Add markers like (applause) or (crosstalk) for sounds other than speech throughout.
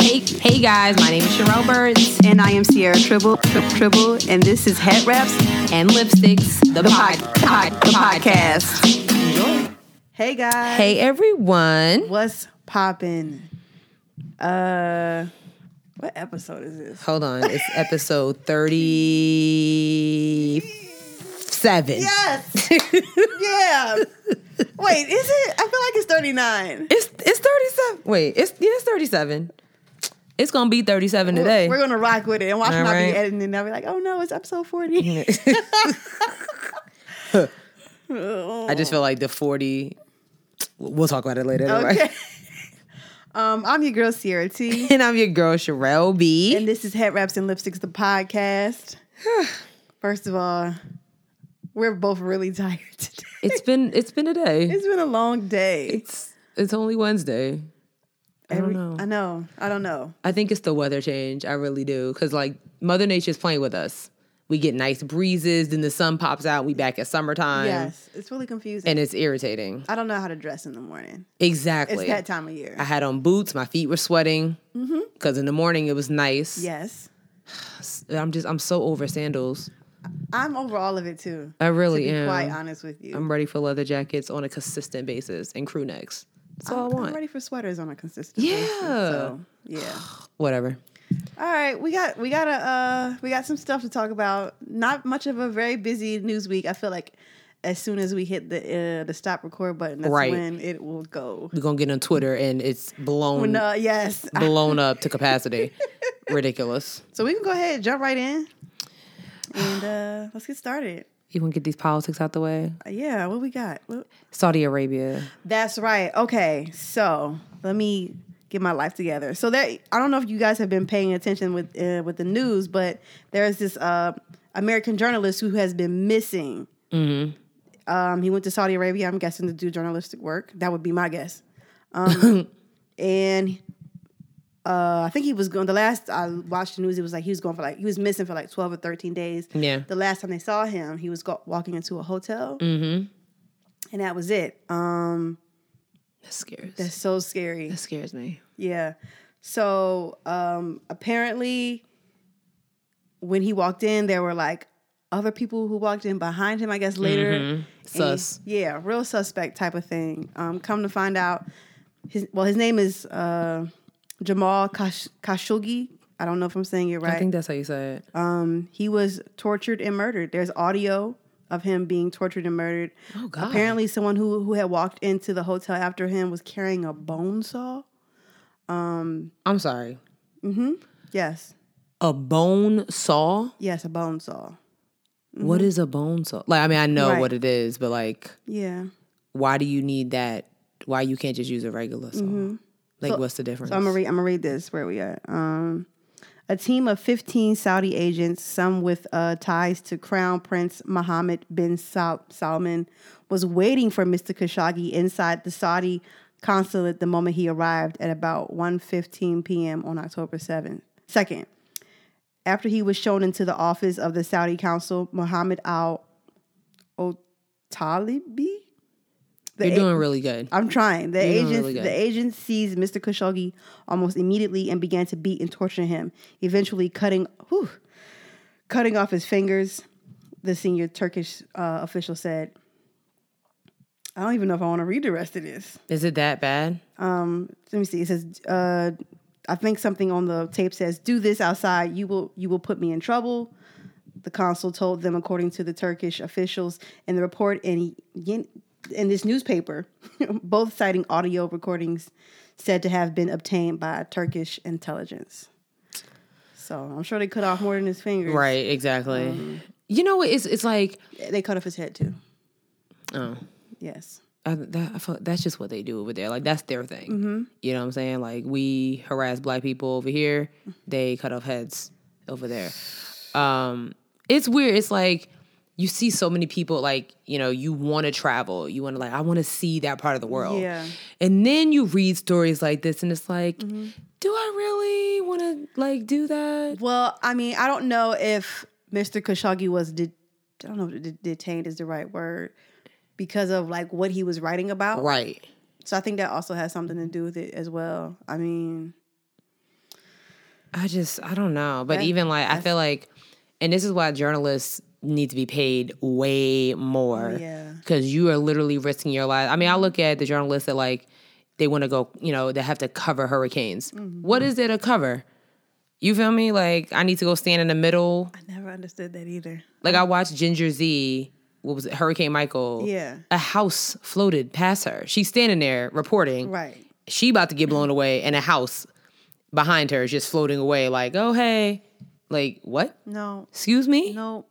Hey, hey guys, my name is Cheryl Burns And I am Sierra Tribble, Tri- Tribble, and this is Head Wraps, and Lipsticks, the, the, pod, pod, pod, the podcast. Hey guys, Hey everyone. what's poppin'? Uh, what episode is this? Hold on, it's episode 37. (laughs) Yes, yeah. Wait, is it? I feel like it's thirty nine. It's it's 37. Wait, it's yeah, it's 37. It's gonna be 37 today. We're gonna rock with it and watch All me not right. be editing. And I'll be like, oh no, it's episode forty. (laughs) I just feel like the 40. We'll talk about it later. don't worry. Okay. (laughs) um, I'm your girl Sierra T, (laughs) And I'm your girl Sherelle B. and this is Head Wraps and Lipsticks, the (sighs) podcast. First of all, we're both really tired today. (laughs) it's been it's been a day. It's been a long day. It's it's only Wednesday. I don't know. I know. I don't know. I think it's the weather change. I really do. Cause like Mother Nature's playing with us. We get nice breezes, then the sun pops out, we back at summertime. yes, it's really confusing. And it's irritating. I don't know how to dress in the morning. It's Exactly. that Mm-hmm. time of year. I had on boots, my feet were sweating. Cause in the morning it was nice. yes, I'm just I'm so over sandals. I'm over all of it too. I really to be am. quite honest with you, I'm ready for leather jackets on a consistent basis and crew necks. That's all i I'm- I'm want. ready for sweaters on a consistent basis. Yeah. So yeah. Whatever. All right, we got we got a uh, we got some stuff to talk about. Not much of a very busy news week. I feel like as soon as we hit the uh, the stop record button, that's Right. when it will go. We're gonna get on Twitter and it's blown No, yes. blown up (laughs) to capacity. Ridiculous. So we can go ahead, jump right in, and uh, let's get started. Uh, You want to get these politics out the way? Yeah, what we got? What- Saudi Arabia. That's right. Okay, so let me get my life together. So there, I don't know if you guys have been paying attention with uh, with the news, but there is this uh, American journalist who has been missing. Um, he went to Saudi Arabia, I'm guessing, to do journalistic work. That would be my guess. Um, and uh, I think he was going. The last I watched the news, it was like he was going for like he was missing for like 12 or 13 days. Yeah. The last time they saw him, he was go- walking into a hotel, mm-hmm. and that was it. Um, That scares. that's so scary. that scares me. Yeah. So um apparently when he walked in, there were like other people who walked in behind him, I guess later. And- Mm-hmm. Sus. yeah, real suspect type of thing. Um come to find out his well, his name is uh Jamal Kash- Khashoggi. I don't know if I'm saying it I right. think that's how you say it. Um he was tortured and murdered. There's audio of him being tortured and murdered. Oh, God. Apparently someone who who had walked into the hotel after him was carrying a bone saw. I'm sorry. Yes. A bone saw. Yes, a bone saw. What is a bone saw? Like, I mean, I know Right. what it is, but like, Yeah. why do you need that? Why you can't just use a regular saw? Like, what's the difference? So I'm gonna read. I'm gonna read this where we are. Um, a team of 15 Saudi agents, some with uh, ties to Crown Prince Mohammed bin Sal- Salman, was waiting for Mr. Khashoggi inside the Saudi consulate the moment he arrived at about 1:15 p.m. on October 7th. Second, after he was shown into the office of the Saudi Council, Mohammed Al Otalibi. You're doing really good. I'm trying. The You're doing agents, really good. the agents seized Mr. Khashoggi almost immediately and began to beat and torture him, eventually cutting, whew, cutting off his fingers. The senior Turkish uh, official said, "I don't even know if I want to read the rest of this." Is it that bad? Um, let me see. It says, uh, "I think something on the tape says, do this outside. You will, you will put me in trouble." The consul told them, according to the Turkish officials in the report in Yen- in this newspaper, (laughs) both citing audio recordings said to have been obtained by Turkish intelligence. So I'm sure they cut off more than his fingers. Right. Exactly. you know, what? it's it's like They cut off his head too. Oh. Yes. I, that, I feel, that's just what they do over there. Like that's their thing. You know what I'm saying? Like we harass black people over here, they cut off heads over there. Um, it's weird. It's like you see so many people. Like you know, you want to travel. You want to like I want to see that part of the world. Yeah. And then you read stories like this, and it's like, do I really want to like do that? Well, I mean, I don't know if Mr. Khashoggi was de- I don't know if de- detained is the right word because of like what he was writing about. Right. So I think that also has something to do with it as well. I mean, I just I don't know. But That- even like I that's- feel like and this is why journalists need to be paid way more. Yeah. Cause you are literally risking your life. I mean, I look at the journalists that like they want to go, you know, they have to cover hurricanes. Mm-hmm. What is it a cover? You feel me? Like I need to go stand in the middle. I never understood that either. Like I watched Ginger Z, what was it, Hurricane Michael. Yeah. A house floated past her. She's standing there reporting Right. she about to get blown away and a house behind her is just floating away like oh hey like what No. excuse me No.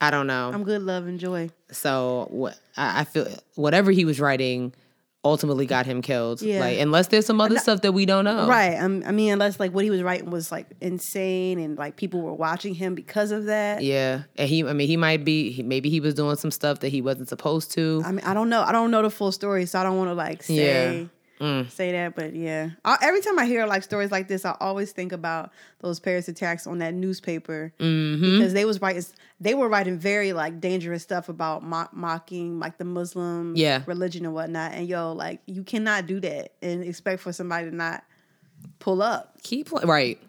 i don't know I'm good. Love and joy. so what i I feel whatever he was writing ultimately got him killed Yeah. like unless there's some other stuff that we don't know Right. Um, I mean, unless like what he was writing was like insane, and like people were watching him because of that. yeah and he i mean he might be he, maybe he was doing some stuff that he wasn't supposed to I mean, I don't know. I don't know the full story, so I don't want to like say Mm. say that. But yeah, I, every time I hear like stories like this, I always think about those Paris attacks on that newspaper Mm-hmm. because they was writing they were writing very like dangerous stuff about mock, mocking like the Muslim Yeah. religion and whatnot. And yo, like you cannot do that and expect for somebody to not pull up. keep pl- right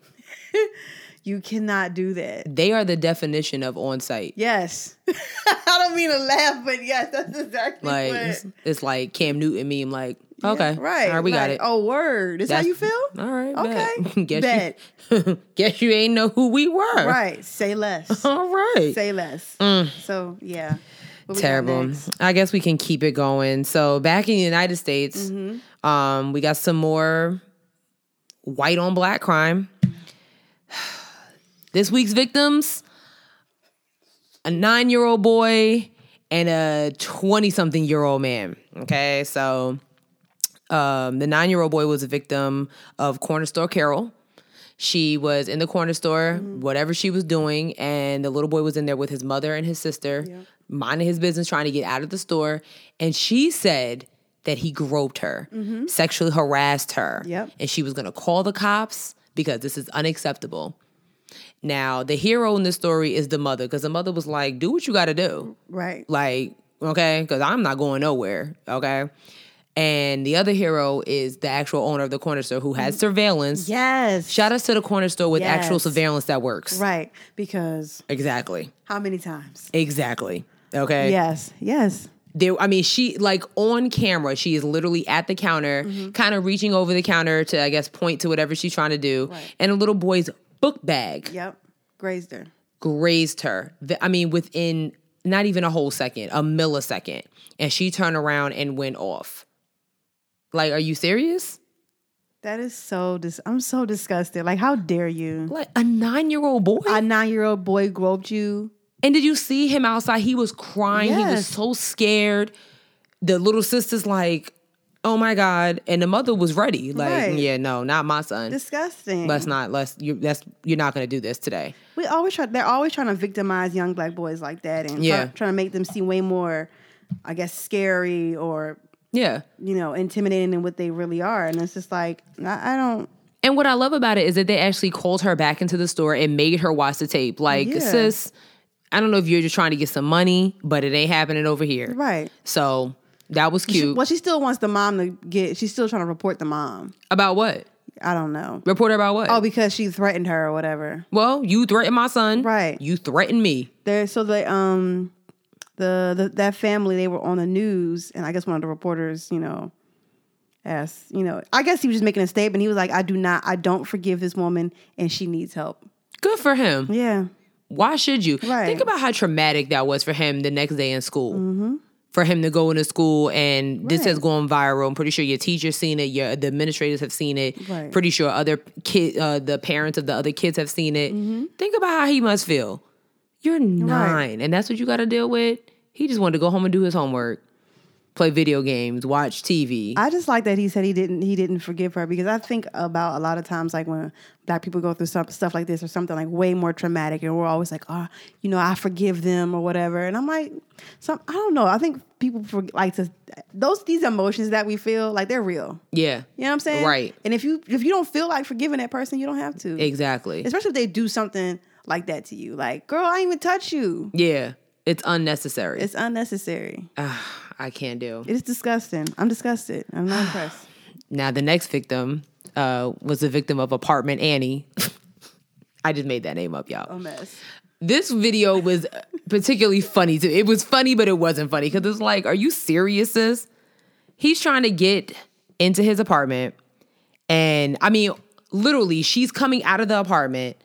You cannot do that. they are the definition of on site Yes, (laughs) I don't mean to laugh, but yes, that's exactly like what. it's, it's like cam newton meme like okay Right. all right we got like, it Oh, word. Is That's- how you feel? All right. Okay. (laughs) Bet. (laughs) guess you (laughs) guess you ain't know who we were. Right. (laughs) Say less. All right. Say less. So, yeah. What we got Mm. Terrible. next? I guess we can keep it going. So back in the United States, Mm-hmm. um, we got some more white on black crime. (sighs) This week's victims: a nine-year-old boy and a twenty-something-year-old man. Okay, so um, the nine-year-old boy was a victim of corner store Carol. She was in the corner store, whatever she was doing, and the little boy was in there with his mother and his sister, minding his business, trying to get out of the store. And she said that he groped her, sexually harassed her, Yep. and she was going to call the cops because this is unacceptable. Now, the hero in this story is the mother because the mother was like, "Do what you got to do." Right. Like, okay, because I'm not going nowhere. Okay. And the other hero is the actual owner of the corner store who has surveillance. Mm-hmm. Yes. Shout outs to the corner store with actual Yes. surveillance that works. Right. Because Exactly. how many times? Exactly. Okay. Yes. Yes. There, I mean, she like on camera, she is literally at the counter, Mm-hmm. kind of reaching over the counter to, I guess, point to whatever she's trying to do. Right. And a little boy's book bag Yep. Grazed her. grazed her. The- I mean, within not even a whole second, a millisecond. And she turned around and went off. Like, are you serious? That is so, dis- I'm so disgusted. Like, how dare you? Like a nine year old boy? A nine year old boy groped you. And did you see him outside? He was crying. He was Yes. so scared. The little sister's like, "Oh my god!" And the mother was ready. Like, Right. yeah, no, not my son. Disgusting. let's not. Let's. You, that's. You're not going to do this today. We always try. They're always trying to victimize young black boys like that, and Yeah. try, trying to make them seem way more, I guess, scary or Yeah. you know intimidating than what they really are. And it's just like I, I don't. And what I love about it is that they actually called her back into the store and made her watch the tape. Like, Yeah. sis, I don't know if you're just trying to get some money, but it ain't happening over here. Right. So that was cute. Well, she still wants the mom to get. She's still trying to report the mom. about what? I don't know. Report her about what? Oh, because she threatened her or whatever. well, you threatened my son. Right. You threatened me. There. So they um, the, the that family they were on the news, and I guess one of the reporters, you know. asked, you know, I guess he was just making a statement. He was like, I do not, I don't forgive this woman and she needs help. Good for him. Yeah. Why should you? Right. Mm-hmm. Think about how traumatic that was for him the next day in school. For him to go into school and this Right. has gone viral. I'm pretty sure your teacher's seen it. Your the administrators have seen it. Right. Pretty sure other kid, uh, the parents of the other kids have seen it. Mm-hmm. Think about how he must feel. You're nine, and that's what you got to deal with. He just wanted to go home and do his homework, play video games, watch TV. I just like that he said he didn't he didn't forgive her because I think about a lot of times like when black people go through some stuff like this or something like way more traumatic and we're always like oh you know I forgive them or whatever and I'm like some I don't know I think people for, like to those these emotions that we feel like they're real yeah, you know what I'm saying Right. and if you if you don't feel like forgiving that person you don't have to exactly. especially if they do something like that to you like girl I didn't even touch you yeah, it's unnecessary. it's unnecessary Ah, I can't do. It's disgusting. I'm disgusted. I'm not impressed. Now the next victim uh, was the victim of apartment Annie. (laughs) I just made that name up, y'all. A mess. This video was particularly funny too. It was funny, but it wasn't funny because it's like, are you serious, sis? He's trying to get into his apartment, and I mean, literally, she's coming out of the apartment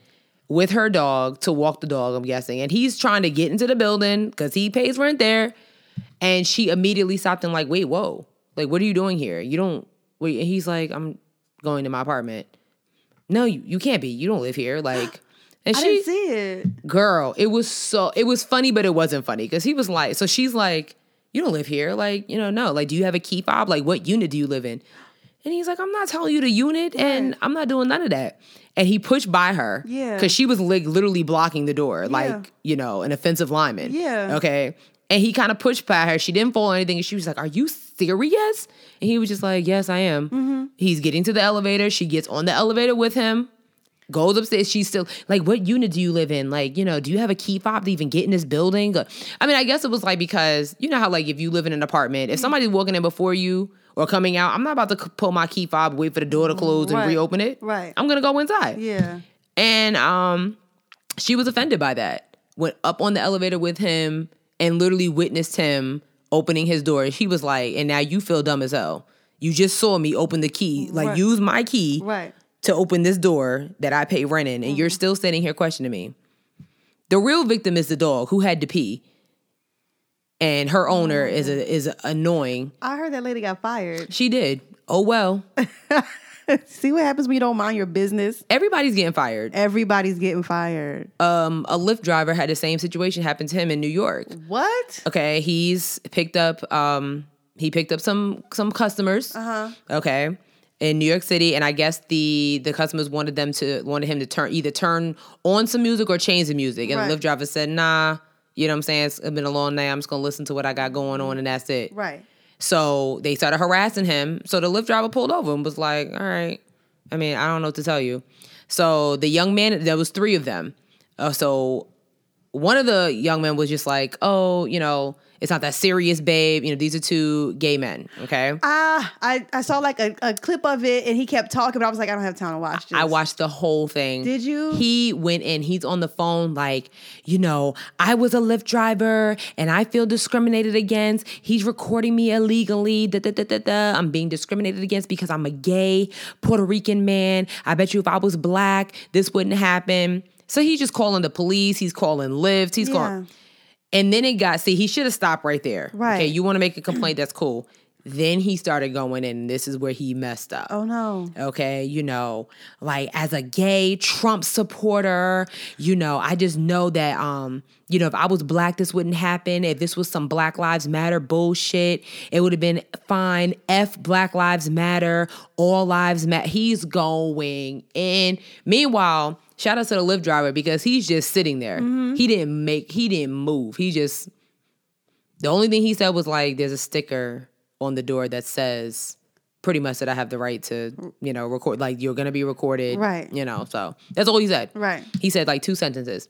with her dog to walk the dog. I'm guessing, and he's trying to get into the building because he pays rent there. And she immediately stopped and like, wait, whoa, like, what are you doing here? You don't. Wait, and he's like, I'm going to my apartment. No, you, you can't be. You don't live here. Like, and (gasps) I she didn't see it. girl it was so it was funny but it wasn't funny because he was like so she's like you don't live here like you know no like do you have a key fob like what unit do you live in and he's like i'm not telling you the unit and i'm not doing none of that and he pushed by her Yeah. because she was like literally blocking the door Yeah. like you know an offensive lineman Yeah. okay and he kind of pushed by her she didn't fall or anything and she was like are you serious and he was just like yes i am Mm-hmm. he's getting to the elevator she gets on the elevator with him goes upstairs. She's still like, "What unit do you live in? Like, you know, do you have a key fob to even get in this building?" Uh, I mean, I guess it was like because you know how like if you live in an apartment, Mm-hmm. if somebody's walking in before you or coming out, I'm not about to c- pull my key fob, wait for the door to close Right. and reopen it. Right. I'm gonna go inside. Yeah. And um, she was offended by that. Went up on the elevator with him and literally witnessed him opening his door. And she was like, "And now you feel dumb as hell." You just saw me open the key, like Right. use my key Right. to open this door that I pay rent in, and you're still sitting here questioning me. The real victim is the dog who had to pee, and her owner is a, is annoying. I heard that lady got fired. She did. Oh well, see what happens when you don't mind your business? everybody's getting fired. Everybody's getting fired. Um, a Lyft driver had the same situation happen to him in New York. what? Okay, he's picked up um he picked up some some customers. Uh-huh. Okay. In New York City, and I guess the the customers wanted them to wanted him to turn either turn on some music or change the music. And Right. the Lyft driver said, "Nah, you know what I'm saying? It's been a long night. I'm just gonna listen to what I got going on, and that's it." Right. So they started harassing him. So the Lyft driver pulled over and was like, "All right, I mean, I don't know what to tell you." So the young man, there was three of them. Uh, so one of the young men was just like, "Oh, you know, it's not that serious, babe. You know, these are two gay men. Okay." Ah, I, I saw like a, a clip of it and he kept talking, but I was like, I don't have time to watch this. I watched the whole thing. Did you? He went in. He's on the phone, like, you know, I was a Lyft driver and I feel discriminated against. He's recording me illegally. Da, da, da, da, da. I'm being discriminated against because I'm a gay Puerto Rican man. I bet you if I was black, this wouldn't happen. So he's just calling the police. He's calling Lyft. He's Yeah. calling. And then it got, see, he should have stopped right there. Right. Okay, you want to make a complaint, that's cool. Then he started going in. This is where he messed up Oh no. um, Right. You know, so that's all he said. Right. He said like two sentences.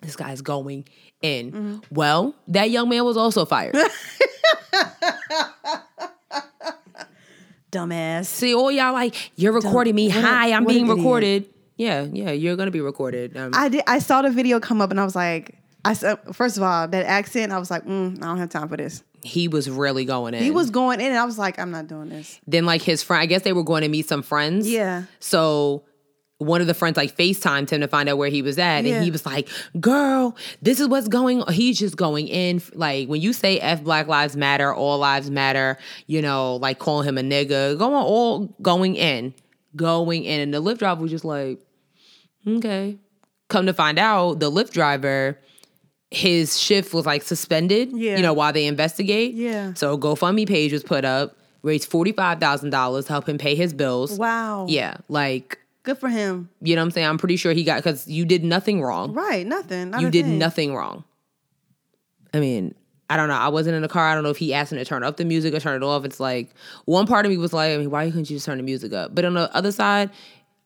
This guy's going in. Mm-hmm. Well, that young man was also (laughs) fired. Dumbass. See, all y'all like, you're recording me. What a- Hi, I'm what an being idiot." recorded. Yeah, yeah, you're gonna be recorded. Um, I did I saw the video come up and I was like, I said first of all, that accent, I was like, mm, I don't have time for this. he was really going in. He was going in and I was like, I'm not doing this. then like his friend. I guess they were going to meet some friends. Yeah. So one of the friends like FaceTimed him to find out where he was at. Yeah. And he was like, girl, this is what's going on. He's just going in. f- Like when you say F Black Lives Matter, all lives matter, you know, like calling him a nigga, going all going in, going in. And the Lyft driver was just like, okay. Come to find out, the Lyft driver, his shift was like suspended, Yeah. you know, while they investigate. Yeah. So GoFundMe page was put up, raised $45,000 to help him pay his bills. Wow. Yeah, like Good for him. you know what I'm saying? I'm pretty sure he got because you did nothing wrong. Right. Nothing. Not You a did thing. nothing wrong. I mean, I don't know. I wasn't in the car. I don't know if he asked him to turn up the music or turn it off. It's like one part of me was like, I mean, why couldn't you just turn the music up? But on the other side,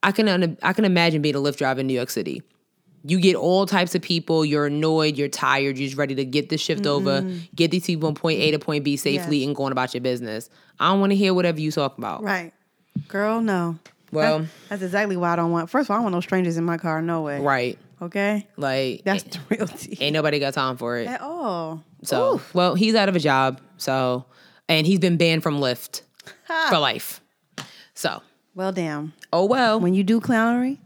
I can I can imagine being a Lyft driver in New York City. you get all types of people. You're annoyed. You're tired. You're just ready to get this shift over, get these people from point A to point B safely, Mm-hmm. Yes. and going about your business. I don't want to hear whatever you talking about. Right. Girl, no. Well- that's, that's exactly why I don't want. First of all, I want no strangers in my car. No way. Right? Okay. Like That's the real tea. ain't nobody got time for it. At all. So, Oof. well, he's out of a job. So, and he's been banned from Lyft for life. So, Well, damn. oh well. When you do clownery,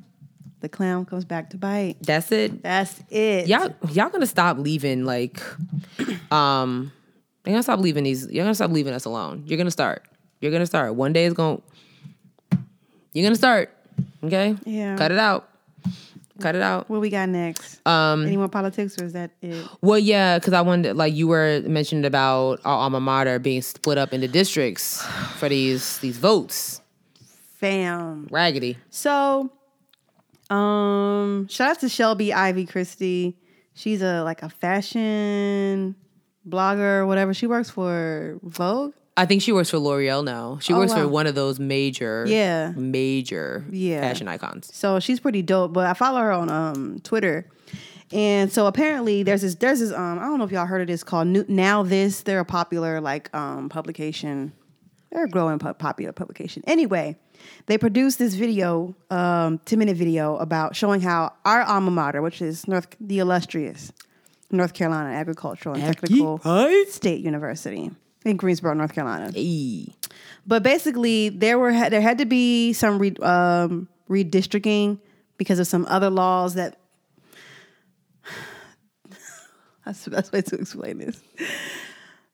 the clown comes back to bite. That's it. That's it. Y'all, y'all gonna stop leaving like, um, you're gonna stop leaving these. You're gonna stop leaving us alone. You're gonna start. You're gonna start. One day it's gonna. You're gonna start. Okay. Yeah. Cut it out. Cut it out. What we got next? Um. Any more politics, or is that it? Well, yeah, because I wanted like you were mentioned about our alma mater being split up into districts for these these votes. Fam. Raggedy. So, um, shout out to Shelby Ivy Christie. She's a like a fashion blogger, whatever. She works for Vogue. I think she works for L'Oreal now. She Oh, works wow. for one of those major, Yeah. major Yeah. fashion icons. So she's pretty dope. But I follow her on um Twitter. And so apparently there's this there's this um I don't know if y'all heard of this called New, Now This. They're a popular like um publication. They're a growing pop- popular publication. Anyway, they produced this video, um, 10 minute video about showing how our alma mater, which is North the illustrious North Carolina Agricultural and Technical right? State University in Greensboro, North Carolina Hey. but basically there were there had to be some re, um, redistricting because of some other laws that (sighs) that's the best way to explain this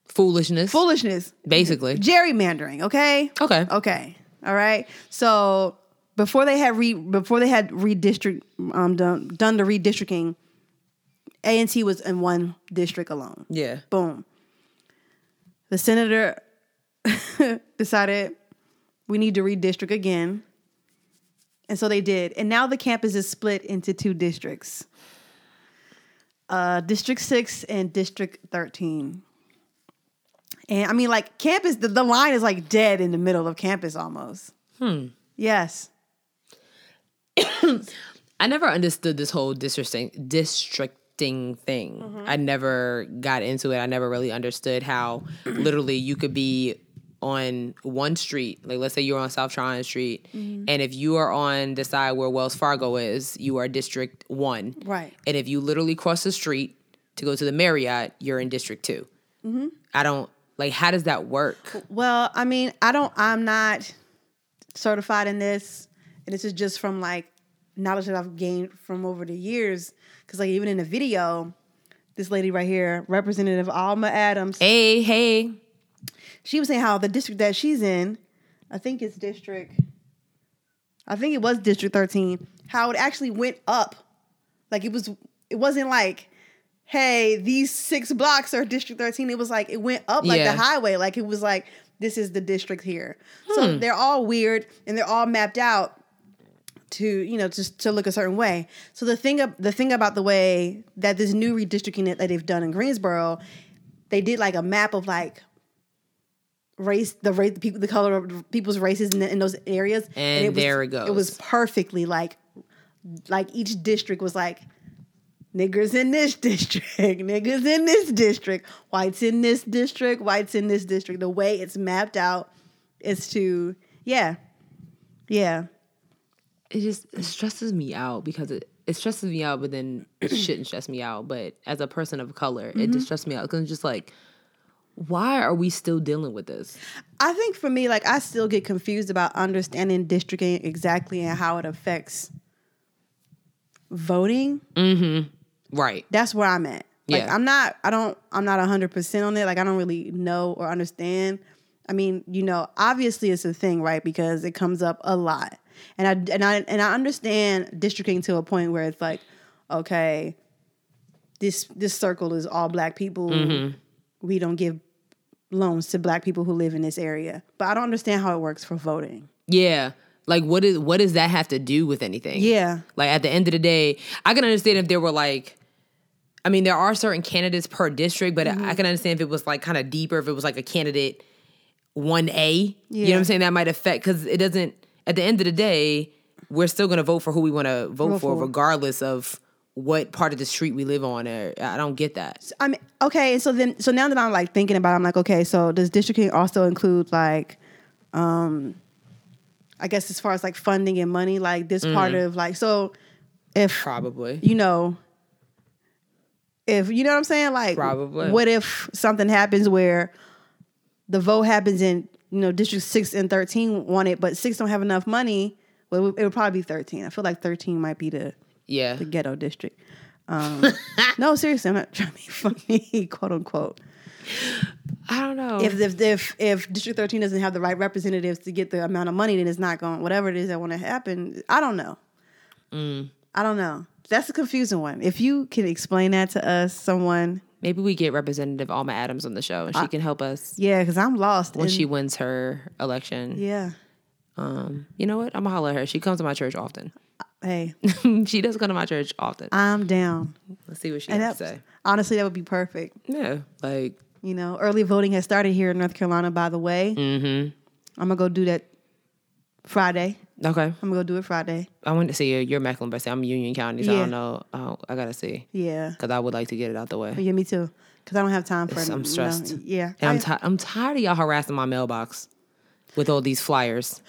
Foolishness. foolishness basically. gerrymandering okay Okay. okay all right so before they had re before they had redistrict um done, done the redistricting a&t was in one district alone Yeah. Boom. The senator (laughs) decided we need to redistrict again. And so they did. And now the campus is split into two districts uh, District 6 and District 13. And I mean, like, campus, the, the line is like dead in the middle of campus almost. Hmm. Yes. I never understood this whole districting districting thing. Mm-hmm. I never got into it. I never really understood how literally you could be on one street, like let's say you're on South Tryon Street, Mm-hmm. and if you are on the side where Wells Fargo is, you are District One. Right. And if you literally cross the street to go to the Marriott, you're in District 2 I don't like. How does that work? Mm-hmm. Well, I mean, I don't. I'm not certified in this, and this is just from like knowledge that I've gained from over the years. Because like even in the video, this lady right here, Representative Alma Adams, Hey, hey, she was saying how the district that she's in, I think it's district, I think it was District 13, how it actually went up. Like it was, it wasn't like. Hey, these six blocks are District 13. It was like it went up like Yeah. the highway. Like it was like this is the district here. So they're all weird and they're all mapped out to you know just to look a certain way. So the thing ab- the thing about the way that this new redistricting that that they've done in Greensboro, they did like a map of like race the race the people the color of people's races in, in those areas And was, there it it was goes. perfectly like like each district was like niggers in this district, (laughs) niggers in this district, whites in this district, whites in this district. The way it's mapped out is to, yeah, yeah, it just it stresses me out because it, it stresses me out, but then it shouldn't stress me out. But as a person of color, it just stresses me out because it's just like, why are we still dealing with this? I think for me, like I still get confused about understanding districting exactly and how it affects voting. Right. That's where I'm at. Like Yeah. I'm not I don't I'm not 100% on it. Like I don't really know or understand. I mean, you know, obviously it's a thing, right? Because it comes up a lot. And I and I and I understand districting to a point where it's like okay, this this circle is all black people. We don't give loans to black people who live in this area. But I don't understand how it works for voting. Yeah. Like what is what does that have to do with anything? Yeah. Like at the end of the day, I can understand if there were like I mean, there are certain candidates per district, but Mm-hmm. I can understand if it was like kind of deeper, if it was like a candidate 1A. You know Yeah. what I'm saying? That might affect cuz it doesn't at the end of the day, we're still going to vote for who we want to vote for, for. regardless of what part of the street we live on. Or, I don't get that. I mean, okay, so then, so now that I'm like thinking about, it, I'm like, okay, so does districting also include like, um, I guess as far as like funding and money, like this part of like, so if Mm-hmm. Probably. you know, if you know what I'm saying, like, Probably. what if something happens where the vote happens in you know District Six and Thirteen want it, but Six don't have enough money. Well, it would probably be Thirteen. I feel like Thirteen might be the Yeah. the ghetto district. Um, (laughs) no, seriously, I'm not trying to be funny, (laughs) quote unquote. I don't know. If, if if if District 13 doesn't have the right representatives to get the amount of money, then it's not going. Whatever it is that want to happen, I don't know. I don't know. That's a confusing one. If you can explain that to us, someone, Maybe we get Representative Alma Adams on the show and she can help us yeah, because I'm lost. when in- she wins her election. yeah, Um, you know what? I'm gonna holler at her. She comes to my church often. (laughs) hey, she does come to my church often. I'm down. Let's see what she And has to that- say. honestly, that would be perfect. Yeah, like You know, early voting has started here in North Carolina. By the way, I'm gonna go do that Friday. okay. I'm gonna go do it Friday. I went to see you. You're Mecklenburg. Bay. I'm Union County, so I Yeah. don't know. Oh, I gotta see Yeah. because I would like to get it out the way. Yeah, me too. Because I don't have time for It's- it. I'm stressed. No, yeah. And I'm I- tired. I'm tired of y'all harassing my mailbox with all these flyers.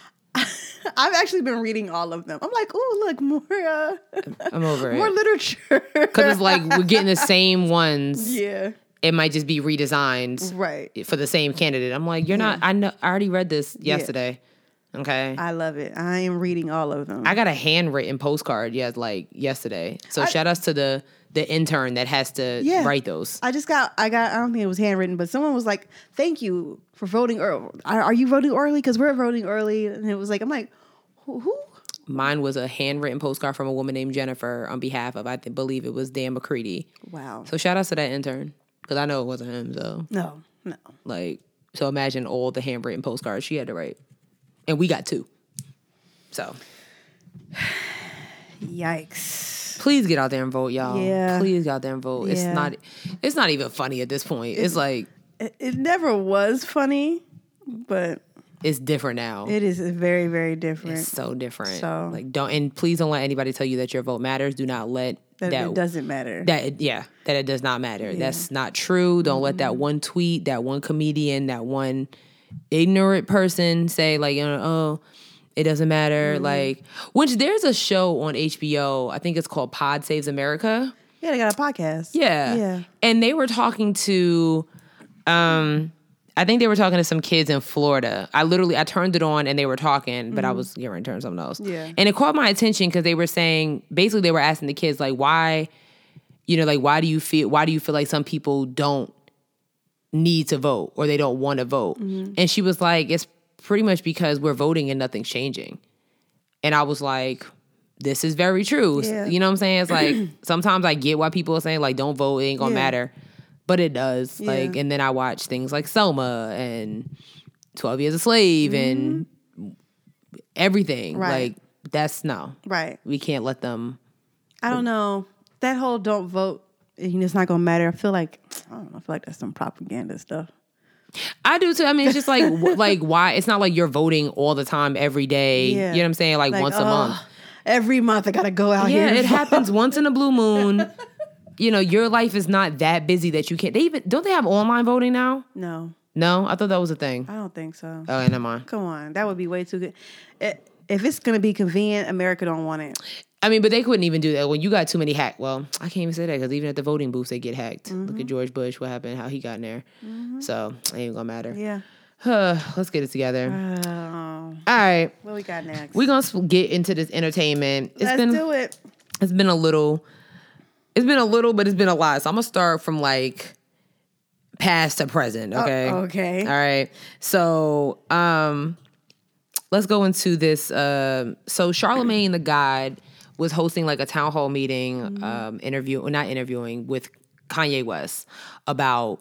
I've actually been reading all of them. I'm like, oh, look, more, uh, I'm over (laughs) more it. (laughs) literature. Because it's like we're getting the same ones. (laughs) yeah, It might just be redesigned right. for the same candidate. I'm like, you're not. I know. I already read this yesterday. Okay. I, I love it. I am reading all of them. got a handwritten postcard. Yeah, like yesterday. So shout outs to the the intern that has to Yeah. write those. I just got, I got, I don't think it was handwritten, but someone was like, thank you for voting early. Are, are you voting early? Because we're voting early. And it was like, I'm like, who? who? Mine was a handwritten postcard from a woman named Jennifer on behalf of I th- believe it was Dan McCready. Wow. So shout outs to that intern because I know it wasn't him. So No, no. Like, so imagine all the handwritten postcards she had to write. And we got two. So Yikes. please get out there and vote, y'all. Yeah. Please get out there and vote. It's Yeah. not it's not even funny at this point. It's like It, it never was funny, but it's different now. it is very, very different. It's so different. So- Like don't and please don't let anybody tell you that your vote matters. Do not let that, that, it doesn't matter. that it- yeah, that it does not matter. That's not true. Don't let Mm-hmm. that one tweet, that one comedian, that one ignorant person say like, you know, oh, it doesn't matter. Mm-hmm. Like, which there's a show on HBO. I think it's called Pod Saves America. yeah, they got a podcast. Yeah. Yeah. And they were talking to um I think they were talking to some kids in Florida. I literally I turned it on and they were talking, but I was getting ready to turn something else. Mm-hmm. Yeah. And it caught my attention because they were saying basically they were asking the kids like why, you know, like why do you feel why do you feel like some people don't need to vote or they don't want to vote? Mm-hmm. And she was like, It's pretty much because we're voting and nothing's changing. And I was like, this is very true. Yeah. You know what I'm saying? It's (clears throat) like sometimes I get why people are saying like don't vote, it ain't gonna Yeah. matter. But it does. Like Yeah. and then I watch things like Selma and Twelve Years a Slave and everything. Mm-hmm. Right. Like that's no. Right. We can't let them I don't know. That whole don't vote, you know, it's not going to matter. I feel like, I don't know. I feel like that's some propaganda stuff. I do too. I mean, it's just like, (laughs) wh- like why? It's not like you're voting all the time, every day. Yeah. You know what I'm saying? Like, once a oh, month. Every month I got to go out Yeah, (laughs) here. it and vote. happens once in a blue (laughs) moon. You know, your life is not that busy that you can't. They even don't they have online voting now? No, No, I thought that was a thing. I don't think so. Oh, never mind. Come on. That would be way too good. It, if it's going to be convenient, America don't want it. I mean, but they couldn't even do that when you got too many hacked. Well, I can't even say that because even at the voting booths, they get hacked. Mm-hmm. Look at George Bush, what happened, how he got in there. So it ain't gonna matter. Yeah. Huh, (sighs) let's get it together. Oh, All right, what we got next? we're gonna sp- get into this entertainment. It's Let's been do it. it's been a little it's been a little but it's been a lot so i'm gonna start from like past to present Oh, okay okay. all right so um let's go into this um so charlemagne the god was hosting like a town hall meeting um interview well, not interviewing with kanye west about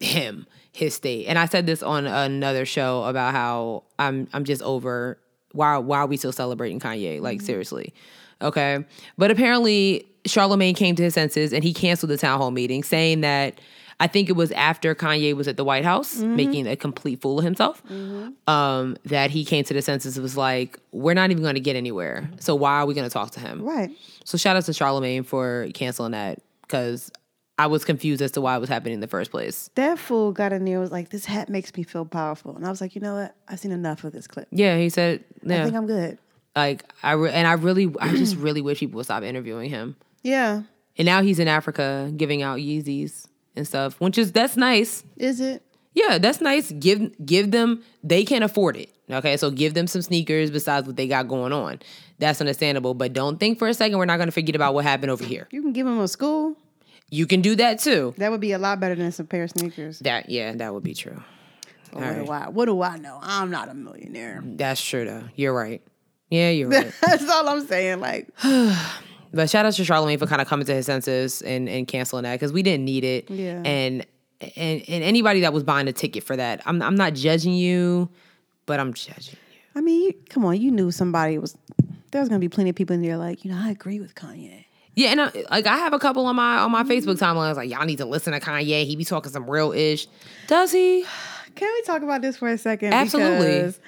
him his state and i said this on another show about how i'm i'm just over why why are we still celebrating kanye like seriously okay but apparently charlemagne came to his senses and he canceled the town hall meeting saying that I think it was after Kanye was at the White House making a complete fool of himself um, that he came to the senses. It was like, we're not even going to get anywhere. So why are we going to talk to him? Right. So shout out to Charlemagne for canceling that because I was confused as to why it was happening in the first place. That fool got in there was like, this hat makes me feel powerful. And I was like, you know what? I've seen enough of this clip. Yeah, he said. Yeah, I think I'm good. like I re- and I really, I just (clears throat) really wish people would stop interviewing him. Yeah. And now he's in Africa giving out Yeezys and stuff, which is that's nice. Is it? Yeah, that's nice. Give give them they can't afford it. Okay, so give them some sneakers besides what they got going on. That's understandable, but don't think for a second we're not going to forget about what happened over here. You can give him a school. You can do that too. That would be a lot better than some pair of sneakers. That yeah, that would be true. But what, do I, what do I know? I'm not a millionaire. (laughs) That's true though. You're right. Yeah, you're right. That's all I'm saying. Like, But shout out to Charlamagne for kind of coming to his senses and, and canceling that because we didn't need it. Yeah. And and and anybody that was buying a ticket for that, I'm I'm not judging you, but I'm judging you. I mean, you, come on. You knew somebody was, there's going to be plenty of people in there like, you know, I agree with Kanye. Yeah, and I, like I have a couple on my on my Facebook timeline. I was like, y'all need to listen to Kanye. He be talking some real ish. Does he? Can we talk about this for a second? Absolutely. Because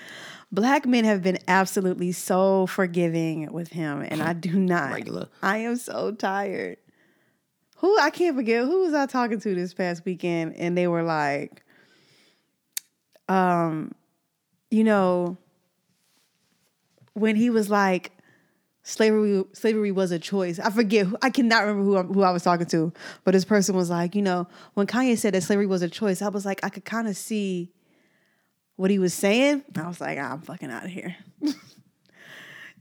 black men have been absolutely so forgiving with him, and I do not. Regular. I am so tired. Who I can't forget. Who was I talking to this past weekend? And they were like, um, you know, when he was like, slavery slavery was a choice. I forget. who- I cannot remember who i who I was talking to, but this person was like, you know, when Kanye said that slavery was a choice, I was like, I could kind of see what he was saying. I was like, I'm fucking out of here. (laughs)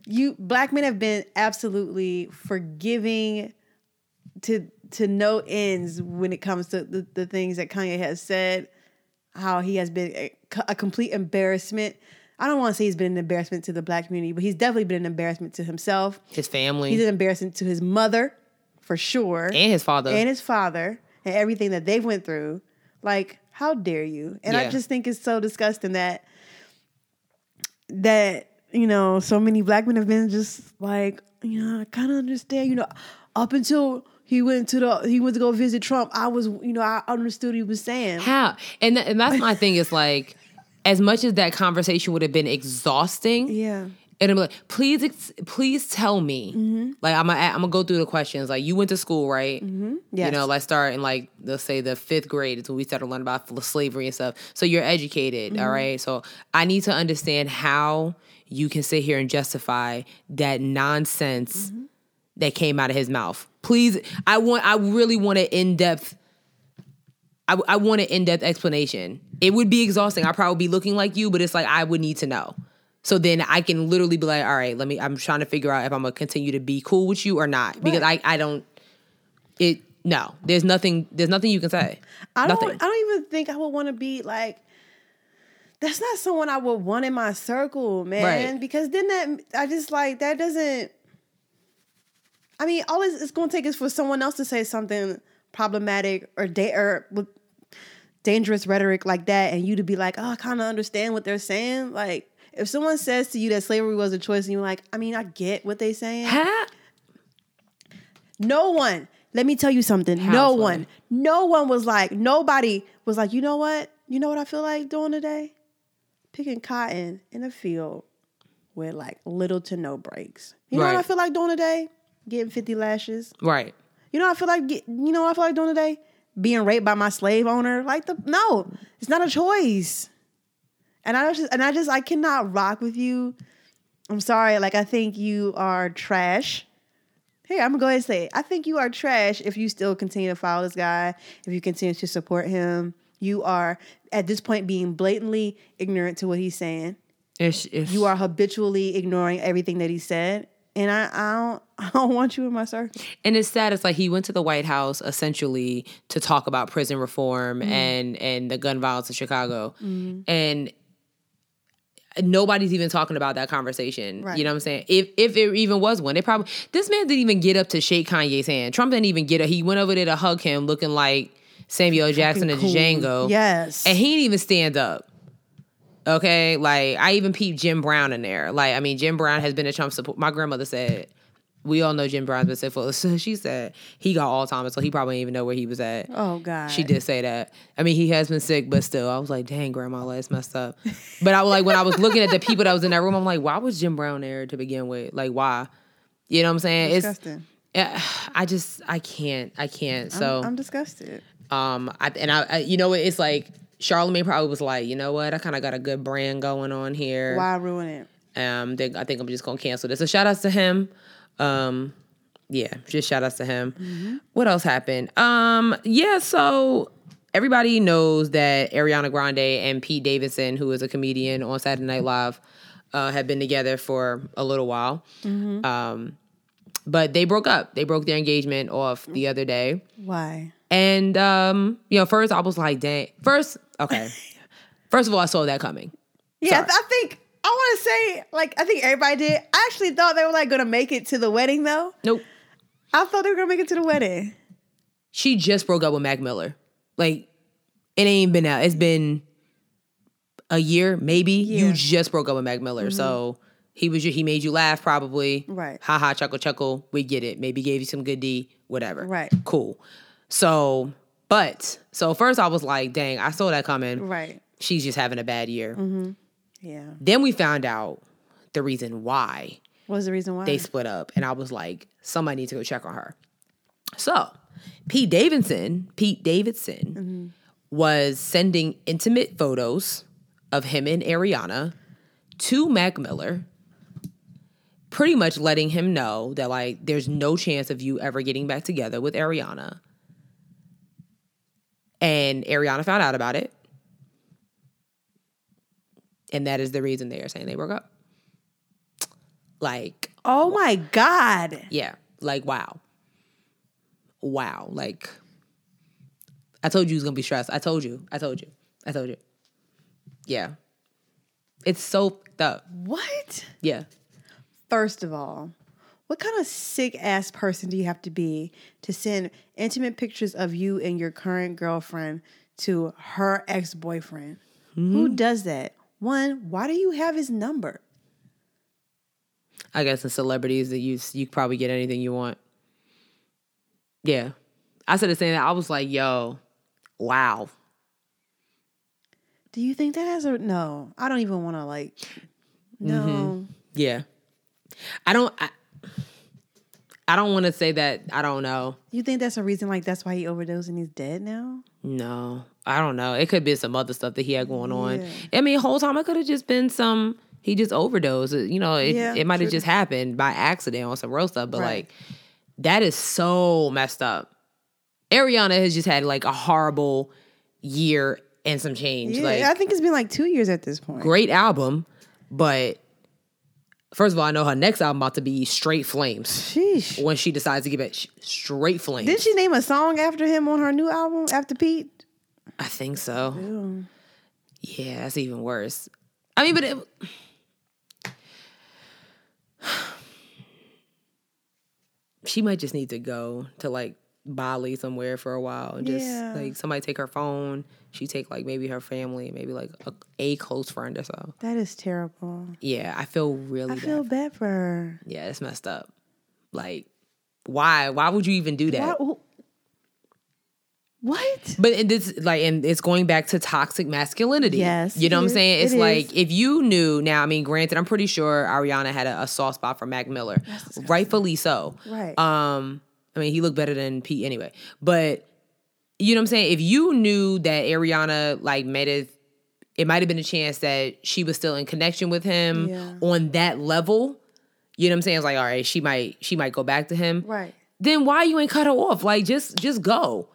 you black men have been absolutely forgiving to to no ends when it comes to the, the things that Kanye has said. How he has been a, a complete embarrassment. I don't want to say he's been an embarrassment to the black community, but he's definitely been an embarrassment to himself. His family He's an embarrassment to his mother, for sure, and his father. and his father, and everything that they went through. Like, how dare you? And I Yeah. just think it's so disgusting that that you know so many black men have been just like you know I kind of understand you know up until he went to the he went to go visit Trump I was you know I understood what he was saying How? And th- and that's my thing is like, as much as that conversation would have been exhausting, yeah And I'm like, please, ex- please tell me. Like, I'm gonna, I'm gonna go through the questions. Like, you went to school, right? Mm-hmm. Yes. You know, let's start in like, let's say the fifth grade is when we started learning about fl- slavery and stuff. So you're educated, all right? So I need to understand how you can sit here and justify that nonsense that came out of his mouth. Please, I want, I really want an in depth. I, I want an in depth explanation. It would be exhausting. I'd probably be looking like you, but it's like I would need to know. So then I can literally be like, all right, let me, I'm trying to figure out if I'm gonna continue to be cool with you or not because I, I don't, it, no, there's nothing, there's nothing you can say. I don't. nothing. I don't even think I would want to be like. That's not someone I would want in my circle, man. Right. Because then that I just like that doesn't. I mean, all it's, it's going to take is for someone else to say something problematic or da- or with dangerous rhetoric like that, and you to be like, "Oh, I kind of understand what they're saying." Like, if someone says to you that slavery was a choice, and you're like, "I mean, I get what they're saying." Huh? No one. Let me tell you something. No Powerful. one. No one was like, nobody was like, you know what? You know what I feel like doing today? Picking cotton in a field with like little to no breaks. You know what Right. I feel like doing today? Getting 50 lashes. Right. You know what I feel like get, you know what I feel like doing today? Being raped by my slave owner. Like the no, it's not a choice. And I was just and I just I cannot rock with you. I'm sorry, like I think you are trash. Here, I'm gonna go ahead and say it. I think you are trash if you still continue to follow this guy, if you continue to support him. You are at this point being blatantly ignorant to what he's saying. It's, it's, You are habitually ignoring everything that he said. And I, I don't (laughs) I don't want you in my circle. and it's sad. It's like he went to the White House essentially to talk about prison reform and and the gun violence in Chicago, and nobody's even talking about that conversation. Right. You know what I'm saying? If if it even was one, they probably this man didn't even get up to shake Kanye's hand. Trump didn't even get up. He went over there to hug him, looking like Samuel Jackson and Django. Yes. And he didn't even stand up. Okay, like I even peeped Jim Brown in there. Like I mean, Jim Brown has been a Trump support. My grandmother said, we all know Jim Brown's been syphilis. So (laughs) she said he got Alzheimer's, so he probably didn't even know where he was at. Oh God. She did say that. I mean, he has been sick, but still, I was like, dang, grandma, that's messed up. But I was like, when I was looking at the people that was in that room, I'm like, why was Jim Brown there to begin with? Like, why? You know what I'm saying? Disgusting. It's, I just, I can't, I can't. So, I'm, I'm disgusted. um, I, and I, I, you know, what, it's like Charlemagne probably was like, you know what, I kind of got a good brand going on here. Why ruin it? Um, then I think I'm just gonna cancel this. So shout outs to him. Um, yeah, just shout outs to him. What else happened? Um, yeah, so everybody knows that Ariana Grande and Pete Davidson, who is a comedian on Saturday Night Live, uh, have been together for a little while. Um, but they broke up. They broke their engagement off the other day. Why? And um, you know, first I was like, dang. First, (laughs) okay. First of all, I saw that coming. Yeah, I, th- I think I want to say like I think everybody did. I actually thought they were like going to make it to the wedding though. Nope. I thought they were going to make it to the wedding. she just broke up with Mac Miller. Like, it ain't been out. It's been a year, maybe. You Yeah. Mm-hmm. just broke up with Mac Miller. So he was your, he made you laugh probably. Right. Ha ha, chuckle, chuckle. We get it. Maybe gave you some good D, whatever. Right. Cool. So, but, so first I was like, dang, I saw that coming. Right. Mm-hmm. She's just having a bad year. Yeah. Then we found out the reason why What was the reason why? they split up and i was like somebody needs to go check on her so pete davidson pete davidson was sending intimate photos of him and ariana to mac miller pretty much letting him know that like there's no chance of you ever getting back together with ariana and ariana found out about it and that is the reason they are saying they broke up like oh my god. yeah. Like wow. Wow. Like I told you it was gonna be stressed. I told you. I told you. I told you. Yeah. It's so fucked up. What? Yeah. First of all, what kind of sick ass person do you have to be to send intimate pictures of you and your current girlfriend to her ex boyfriend? Who does that? One, why do you have his number? I guess in celebrities that you you probably get anything you want. Yeah. I said the same thing. I was like, yo, wow. Do you think that has a no? I don't even want to like. No, Mm-hmm. Yeah. I don't I, I don't wanna say that I don't know. you think that's a reason? Like that's why he overdosed and he's dead now. No, I don't know. It could be some other stuff that he had going on. Yeah. I mean, the whole time it could have just been some. He just overdosed. It- You know, it, Yeah, it might have true. just happened by accident on some real stuff. But Right. like, that is so messed up. Ariana has just had like a horrible year and some change. Yeah, like, I think it's been like two years at this point. great album, but first of all, I know her next album about to be straight flames Sheesh. when she decides to give it sh- straight flames. Didn't she name a song after him on her new album after Pete? I think so. Ew. Yeah, that's even worse. I mean, but it, (sighs) she might just need to go to like Bali somewhere for a while and just Yeah. like somebody take her phone. She take like maybe her family, maybe like a, a close friend or so. That is terrible. Yeah, I feel really I bad. feel bad for her. yeah, it's messed up. Like, why? Why would you even do that? Why- wh- What? But it- this like and it's going back to toxic masculinity. Yes, You know what I'm it- saying? It's it is. like if you knew now, I mean, granted, I'm pretty sure Ariana had a, a soft spot for Mac Miller. Rightfully so. Right. Um, I mean, he looked better than Pete anyway. But you know what I'm saying? If you knew that Ariana like made it it might have been a chance that she was still in connection with him Yeah. on that level. You know what I'm saying? It's like, all right, she might she might go back to him right. then why you ain't cut her off? Like just just go.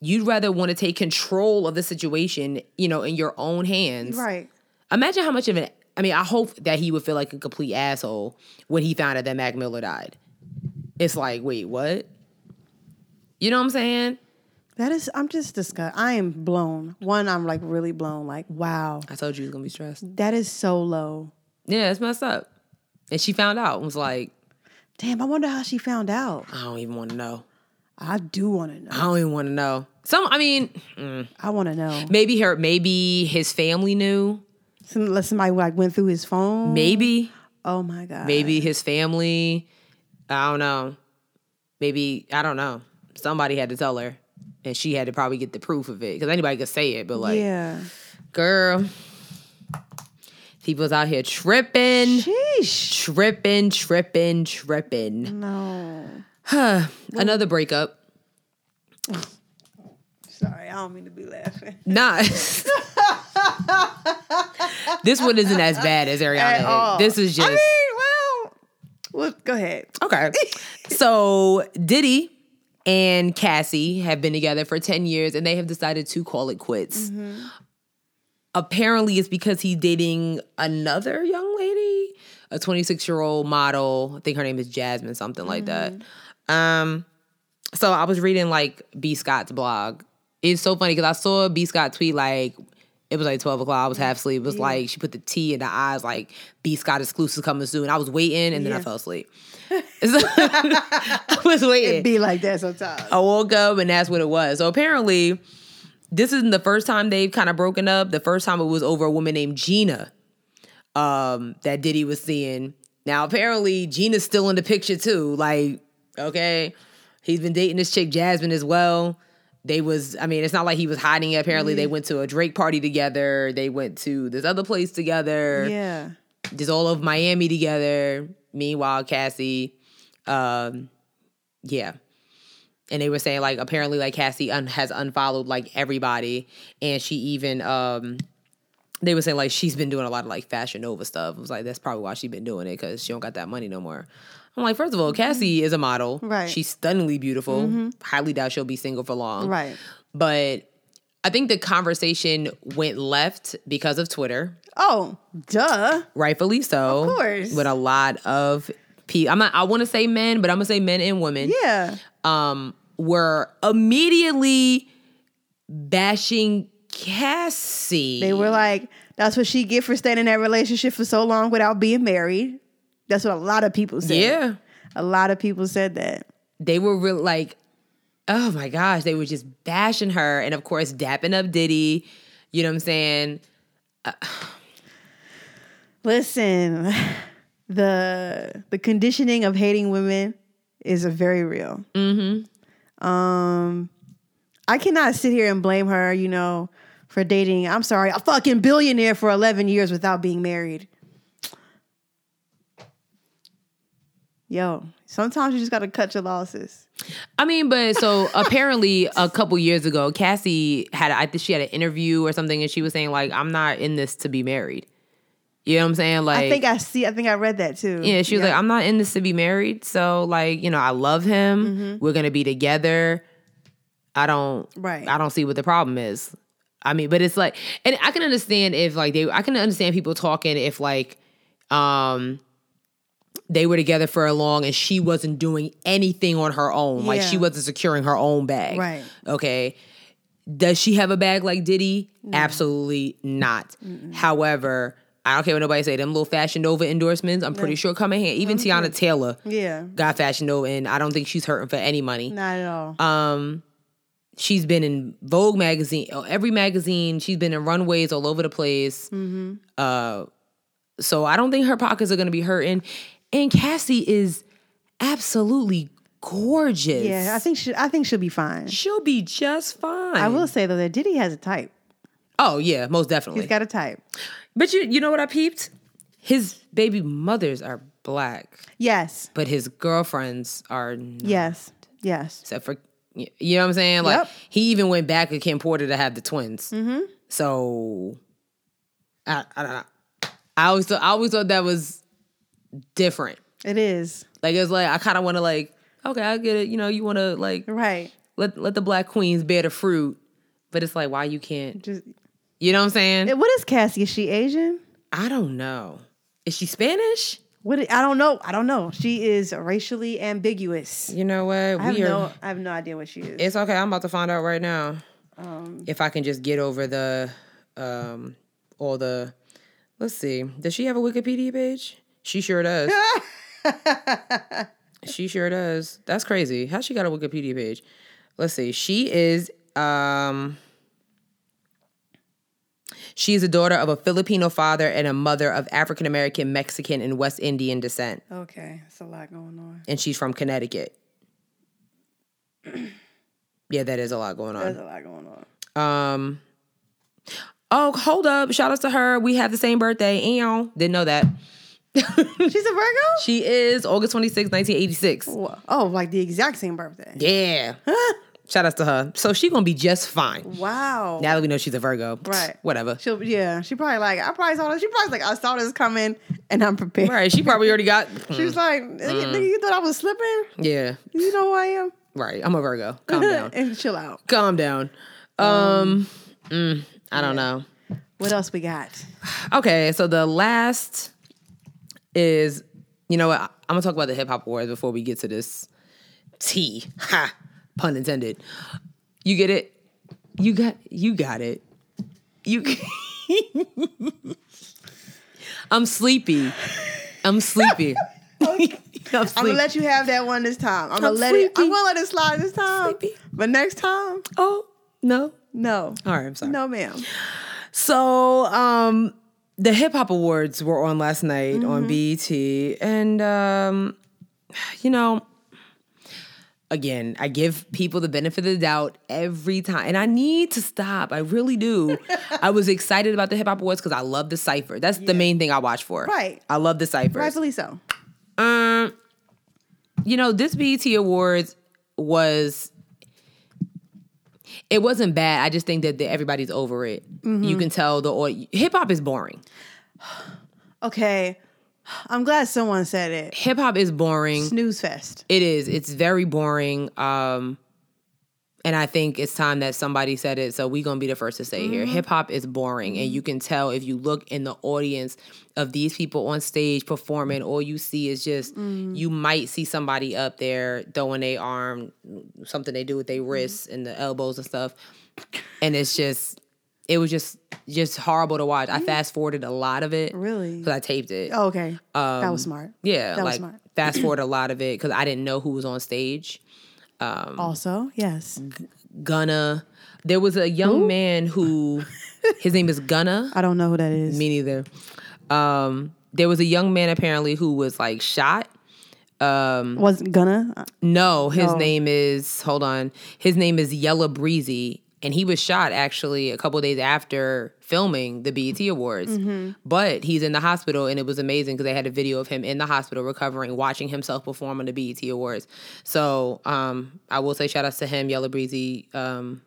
You'd rather want to take control of the situation, you know, in your own hands. Right. Imagine how much of an I mean, I hope that he would feel like a complete asshole when he found out that Mac Miller died. It's like, wait, what? You know what I'm saying? That is. I'm just disgusted. I am blown. One, I'm like really blown. Like, wow, I told you he was gonna be stressed. that is so low. Yeah, it's messed up. And she found out and was like, Damn. I wonder how she found out. I don't even want to know. I do want to know. I don't even want to know. Some, I mean, I want to know. maybe her, maybe his family knew. Some, unless somebody like went through his phone. Maybe Oh my god. maybe his family I don't know. Maybe I don't know. Somebody had to tell her, and she had to probably get the proof of it because anybody could say it. But like, yeah. girl, people's out here tripping, Sheesh. tripping, tripping, tripping. No. Huh. Another breakup. Sorry, I don't mean to be (laughs) laughing. Nah. (laughs) this one isn't as bad as Ariana. At all. This is just I mean, well, well go ahead. Okay. so Diddy and Cassie have been together for 10 years and they have decided to call it quits. Apparently, it's because he's dating another young lady, a 26 year old model. I think her name is Jasmine, something like that. Um, so I was reading like B. Scott's blog. It's so funny because I saw B. Scott tweet like, it was like 12 o'clock. I was half asleep. It was like she put the T in the eyes, like B. Scott exclusive coming soon. I was waiting and then I Yeah. fell asleep. (laughs) So- I was waiting. It be like that sometimes. I woke up and that's what it was. So apparently, this isn't the first time they've kind of broken up. The first time it was over a woman named Gina um, that Diddy was seeing. Now apparently Gina's still in the picture too. Like, okay, he's been dating this chick Jasmine as well. They was, I mean, it's not like he was hiding it. Apparently, they went to a Drake party together. They went to this other place together Yeah. just all of Miami together. Meanwhile, Cassie, um, yeah. And they were saying like apparently like Cassie un- has unfollowed like everybody, and she even um, they were saying like she's been doing a lot of like Fashion Nova stuff. It was like that's probably why she's been doing it because she don't got that money no more. I'm like, first of all, Cassie is a model. Mm-hmm. Right. Mm-hmm. She's stunningly beautiful. Highly doubt she'll be single for long. Right. But I think the conversation went left because of Twitter Oh, duh. rightfully so. Of course. With a lot of people. I'm not I wanna say men, but I'm gonna say men and women. Yeah. Um, were immediately bashing Cassie. They were like, that's what she get for staying in that relationship for so long without being married. That's what a lot of people said. Yeah. A lot of people said that. They were real like, oh my gosh, they were just bashing her. And of course, dapping up Diddy. You know what I'm saying? Listen, (sighs) the the conditioning of hating women is a very real. Mm-hmm. Um, I cannot sit here and blame her, you know, for dating. I'm sorry, a fucking billionaire for 11 years without being married. Yo, sometimes you just gotta cut your losses. I mean, but (laughs) so apparently a couple years ago, Cassie had I think she had an interview or something, and she was saying like, "I'm not in this to be married." You know what I'm saying? Like, I think I see. I think I read that too. yeah, she was like, "I'm not in this to be married." So like, you know, I love him. We're gonna be together. I don't. Right. I don't see what the problem is. I mean, but it's like, and I can understand if like they, I can understand people talking if like, um, they were together for long and she wasn't doing anything on her own. Like Yeah. she wasn't securing her own bag. Right. Okay. Does she have a bag like Diddy? Absolutely not. However, I don't care what nobody say. Them little Fashion Nova endorsements, I'm pretty sure come in here. Even Tiana Taylor yeah, got Fashion Nova, and I don't think she's hurting for any money not at all. um she's been in vogue magazine oh, every magazine she's been in runways all over the place Mm-hmm. uh so i don't think her pockets are going to be hurting and cassie is absolutely gorgeous yeah, I think she. I think she'll be fine. she'll be just fine I will say though that Diddy has a type. oh yeah most definitely He's got a type. but you you know what i peeped his baby mothers are black Yes, but his girlfriends are not, yes, yes. except for you know what i'm saying like Yep. Mm-hmm. he even went back with kim porter to have the twins So I, I don't know. I always thought, I always thought that was different. It is Like it's like I kind of want to like okay I get it. You know you want to like right. let let the black queens bear the fruit, but it's like why you can't. Just eh, You know what I'm saying? what is Cassie? Is she Asian? I don't know. Is she Spanish? What I don't know. I don't know. She is racially ambiguous. You know what? I have no. I have no idea what she is. It's okay. I'm about to find out right now Um, if I can just get over the um all the. Let's see. Does she have a Wikipedia page? She sure does. She sure does. That's crazy. How she got a Wikipedia page? Let's see. She is um She is the daughter of a Filipino father and a mother of African American, Mexican, and West Indian descent. Okay, it's a lot going on. And she's from Connecticut. (clears throat) yeah, that is a lot going There's on. a lot going on. Um, oh, hold up. Shout outs to her. We have the same birthday. Ew. Didn't know that. (laughs) She's a Virgo. She is August 26, 1986. Wha- Oh, like the exact same birthday. Yeah. Shout outs to her. So she gonna be just fine. Wow. Now that we know she's a Virgo. Right. Whatever. She'll yeah. She probably like I probably saw this. She probably like I saw this coming and I'm prepared. Right. She probably already got hmm, She was like, nigga, nigga, you thought I was slipping? Yeah. You know who I am? Right. I'm a Virgo. (laughs) Calm down. and chill out. Calm down. Um mm, I don't know. What else we got? Okay, so the last is you know what? I'm gonna talk about the hip hop awards before we get to this T. Ha pun intended. You get it? You got you got it. You (laughs) I'm sleepy. I'm sleepy. (laughs) I'm I'm gonna sleepy. let you have that one this time. I'm, I'm gonna let it. I'm sleepy. gonna let it slide this time. Sleepy. But next time, oh no. no, All right, I'm sorry. no, ma'am. So, um, the hip hop awards were on last night on Mm-hmm. BET, and um, you know, again, I give people the benefit of the doubt every time, and I need to stop. I really (laughs) do. I was excited about the hip hop awards because I love the cipher. That's the main thing I watch for. Right. I love the cipher. Rightfully so. Um, you know, this BET Awards was it wasn't bad. I just think that the, everybody's over it. You can tell the au- hip hop is boring. Okay, I'm glad someone said it. Hip hop is boring. Snooze fest. It is. It's very boring. Um, and I think it's time that somebody said it. So we gonna be the first to say it here. Mm-hmm. Hip hop is boring, and you can tell if you look in the audience of these people on stage performing. All you see is just Mm. you might see somebody up there throwing a arm, something they do with Mm-hmm. their wrists and the elbows and stuff, and it's just. It was just just horrible to watch. I fast forwarded a lot of it. Mm. Really? Because I taped it. Oh, okay, that was smart. Um, Yeah, That was like smart. (clears throat) fast forward a lot of it because I didn't know who was on stage. Also, yes, Mm. Gunna, there was a young man who, his name is Gunna. I don't know who that is. Me neither. Um, there was a young man apparently who was like shot. Um, Wasn't gonna. Uh, no, his No. name is hold on. His name is Yella Breezy, and he was shot actually a couple days after filming the BET Awards. But he's in the hospital, and it was amazing because they had a video of him in the hospital recovering, watching himself perform on the BET Awards. So um, I will say shout outs to him, Yella Breezy. Um,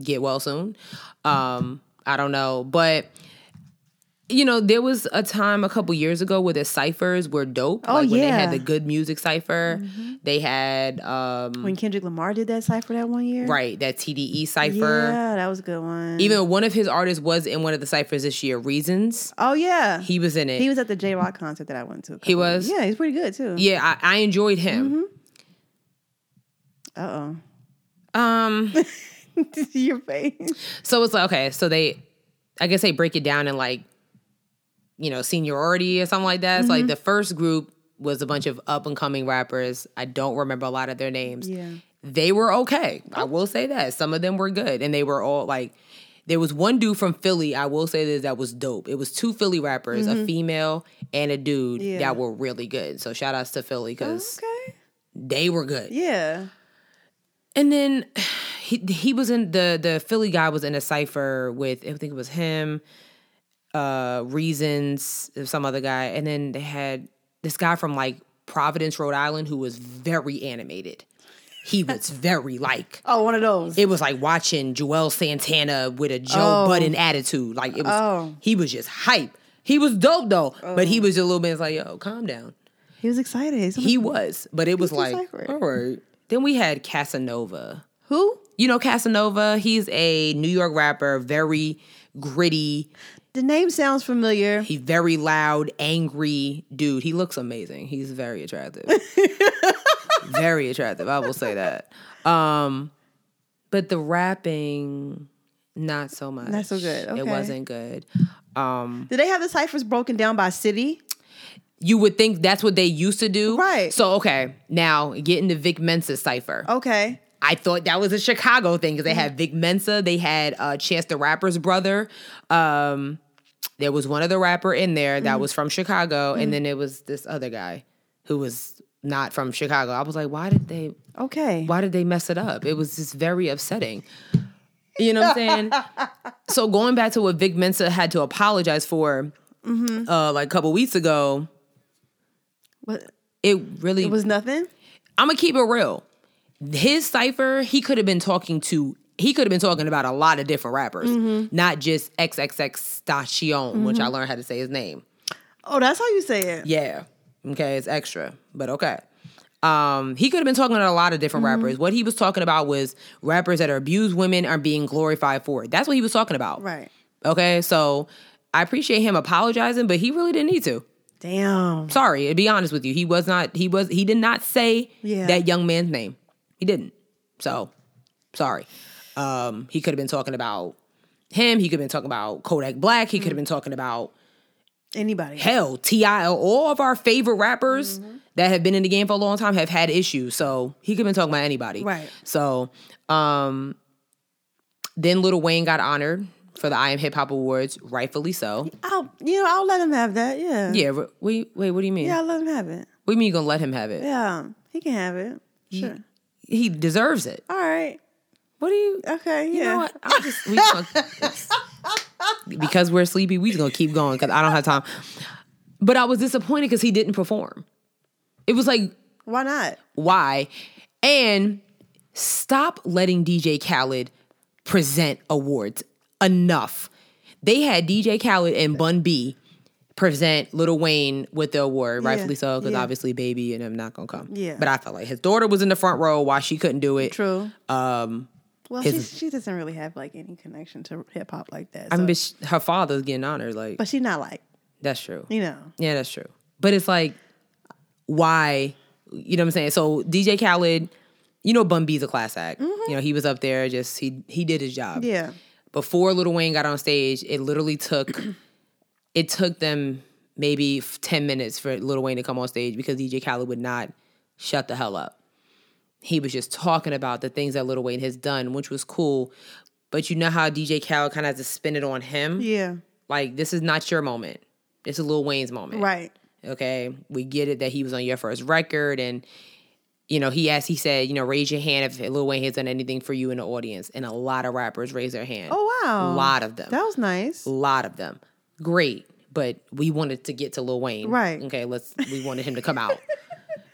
get well soon. Um, I don't know, but. You know, there was a time a couple years ago where the ciphers were dope. Oh, like when they yeah. Mm-hmm. had the good music cipher. They had um When Kendrick Lamar did that cipher that one year. right that TDE cipher. Yeah, that was a good one. Even one of his artists was in one of the ciphers this year. Reasons oh yeah, he was in it. He was at the J Rock concert that I went to. a couple was? of- Yeah, he's pretty good too. yeah, I, I enjoyed him. Mm-hmm. (laughs) Uh Um, oh. Your face. so it's like okay, so they, I guess they break it down in like, you know, seniority or something like that. It's Mm-hmm. like the first group was a bunch of up and coming rappers. I don't remember a lot of their names. Yeah. they were okay. I will say that. Some of them were good. And they were all like, there was one dude from Philly, I will say this, that was dope. It was two Philly rappers, a female and a dude Mm-hmm. Yeah. that were really good. So shout outs to Philly because Okay. they were good. Yeah. And then (sighs) he he was in the the Philly guy was in a cipher with I think it was him, uh, Reasons, some other guy, and then they had this guy from like Providence, Rhode Island, who was very animated. (laughs) He was very like Oh, one of those. it was like watching Joel Santana with a Joe Oh. Budden attitude. Like it was, Oh. he was just hype. He was dope though, but he was a little bit like, yo, calm down. he was excited. He's like, (laughs) He was, but it was too like, psychotic. all right. Then we had Casanova. Who? You know Casanova? He's a New York rapper, very gritty. The name sounds familiar. He's very loud, angry dude. He looks amazing. He's very (laughs) attractive. very attractive. I will say that. Um, but the rapping, not so much. Not so good. Okay. It wasn't good. Um, Did they have the ciphers broken down by city? you would think that's what they used to do, Right. So okay, now getting to Vic Mensa's cipher. Okay. I thought that was a Chicago thing because they had Vic Mensa, they had uh, Chance the Rapper's brother. Um, there was one other rapper in there that was from Chicago, and then it was this other guy who was not from Chicago. I was like, why did they? Okay. Why did they mess it up? It was just very upsetting. You know what I'm saying? so going back to what Vic Mensa had to apologize for, uh, like a couple weeks ago, What, it really it was nothing. I'm gonna keep it real. His cipher, he could have been talking to. He could have been talking about a lot of different rappers, not just XXX Station, which I learned how to say his name. Oh, that's how you say it. Yeah. Okay, it's extra, but okay. Um, he could have been talking to a lot of different rappers. What he was talking about was rappers that are abused women are being glorified for it. That's what he was talking about. Right. Okay, so I appreciate him apologizing, but he really didn't need to. Damn. Sorry, to be honest with you, he was not. He was. He did not say Yeah. that young man's name. He didn't. So, sorry. Um, he could have been talking about him. He could have been talking about Kodak Black. He could Mm-hmm. have been talking about Anybody. hell, Ti. All of our favorite rappers Mm-hmm. that have been in the game for a long time have had issues. So he could have been talking about anybody. Right. So, um, then Lil Wayne got honored for the I Am Hip Hop Awards, rightfully so. I'll you know I'll let him have that. Yeah. Yeah. re- Wait. Wait. What do you mean? Yeah, I'll let him have it. What do you mean you gonna let him have it? Yeah, he can have it. Sure. he deserves it. All right. What do you? Okay. Yeah. You know what? I'm just we (laughs) just gonna, it's- because we're sleepy. We just gonna keep going because I don't have time. But I was disappointed because he didn't perform. It was like Why not? why, and stop letting DJ Khaled present awards enough. They had DJ Khaled and Bun B present Lil Wayne with the award, rightfully so, because yeah. obviously Baby and him not gonna come. Yeah. But I felt like his daughter was in the front row. Why she couldn't do it? True. Um, Well, she his- she doesn't really have like any connection to hip hop like that. I so- mean, but sh her father's getting honored. Like but she's not like that's true. you know. Yeah, that's true. But it's like, why? You know what I'm saying? So DJ Khaled, you know, Bun B's a class act. You know, he was up there. Just he he did his job. Yeah. Before Lil Wayne got on stage, it literally took (clears throat) it took them maybe f- ten minutes for Lil Wayne to come on stage because DJ Khaled would not shut the hell up. He was just talking about the things that Lil Wayne has done, which was cool. But you know how DJ Khaled kind of has to spin it on him. Yeah. Like this is not your moment. This is Lil Wayne's moment. Right. Okay. We get it that he was on your first record and you know, he asked, he said, you know, raise your hand if Lil Wayne has done anything for you in the audience. And a lot of rappers raise their hand. Oh A wow. lot of them. That was nice. a lot of them. Great. But we wanted to get to Lil Wayne. Right. Okay, let's we wanted him to come (laughs) out.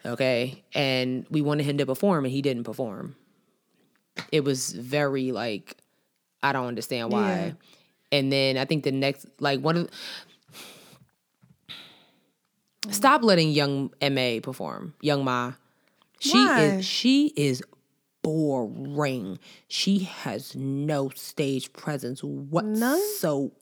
okay. And we wanted him to perform and he didn't perform. It was very like, I don't understand why. And then I think the next like one of Stop letting young MA perform. Young Ma. She Why? is she is boring. She has no stage presence whatsoever.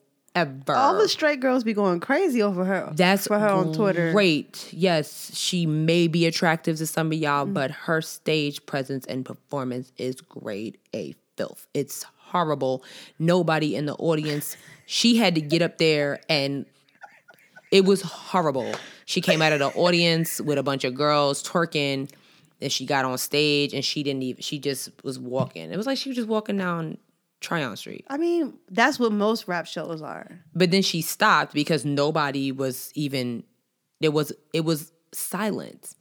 All the straight girls be going crazy over her. That's for her on Twitter. Great. Yes, she may be attractive to some of Mm-hmm. y'all, but her stage presence and performance is grade A filth. It's horrible. Nobody in the audience. She had to get up there and it was horrible. She came out of the audience with a bunch of girls twerking. And she got on stage and she didn't even she just was walking. It was like she was just walking down Tryon Street. I mean, that's what most rap shows are. But then she stopped because nobody was even there was it was silence.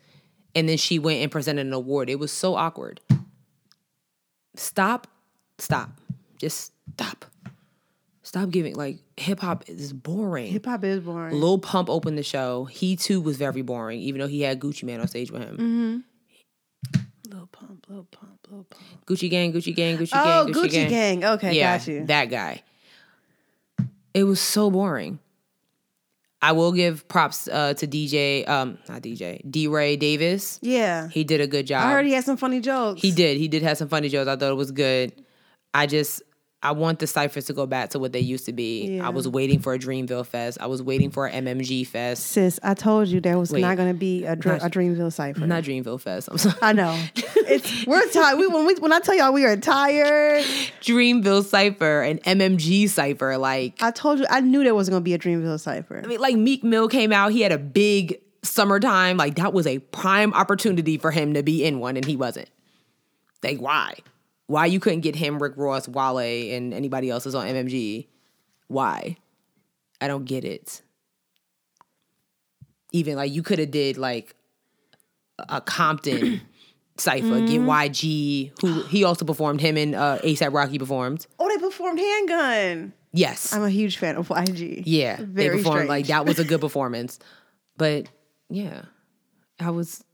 And then she went and presented an award. It was so awkward. Stop. Stop. Just stop. Stop giving like hip hop is boring. Hip hop is boring. Lil Pump opened the show. He too was very boring, even though he had Gucci Man on stage with him. Mm-hmm. Little pump, little pump, little pump. Gucci Gang, Gucci Gang, Gucci Oh, Gang, Gucci, Gucci Gang. Gang. Okay, yeah, got you. that guy. It was so boring. I will give props uh, to DJ, um, not DJ, D. Ray Davis. yeah. He did a good job. I heard he had some funny jokes. He did. He did have some funny jokes. I thought it was good. I just I want the ciphers to go back to what they used to be. Yeah. I was waiting for a Dreamville Fest. I was waiting for an MMG Fest. Sis, I told you there was Wait. not going to be a, dr- a Dreamville cipher. Not Dreamville Fest. I'm sorry. (laughs) I know. It's we're tired. We, when we when I tell y'all we are tired, Dreamville Cipher and MMG Cipher. Like I told you I knew there was going to be a Dreamville cipher. I mean, like Meek Mill came out, he had a big summertime. Like that was a prime opportunity for him to be in one, and he wasn't. Like why? Why you couldn't get him, Rick Ross, Wale, and anybody else that's on MMG? Why? I don't get it. Even like you could have did like a Compton (clears throat) cipher, get YG, who he also performed. Him and uh, ASAP Rocky performed. Oh, they performed Handgun. Yes, I'm a huge fan of YG. yeah, they very performed like strange. that was a (laughs) good performance, but yeah, I was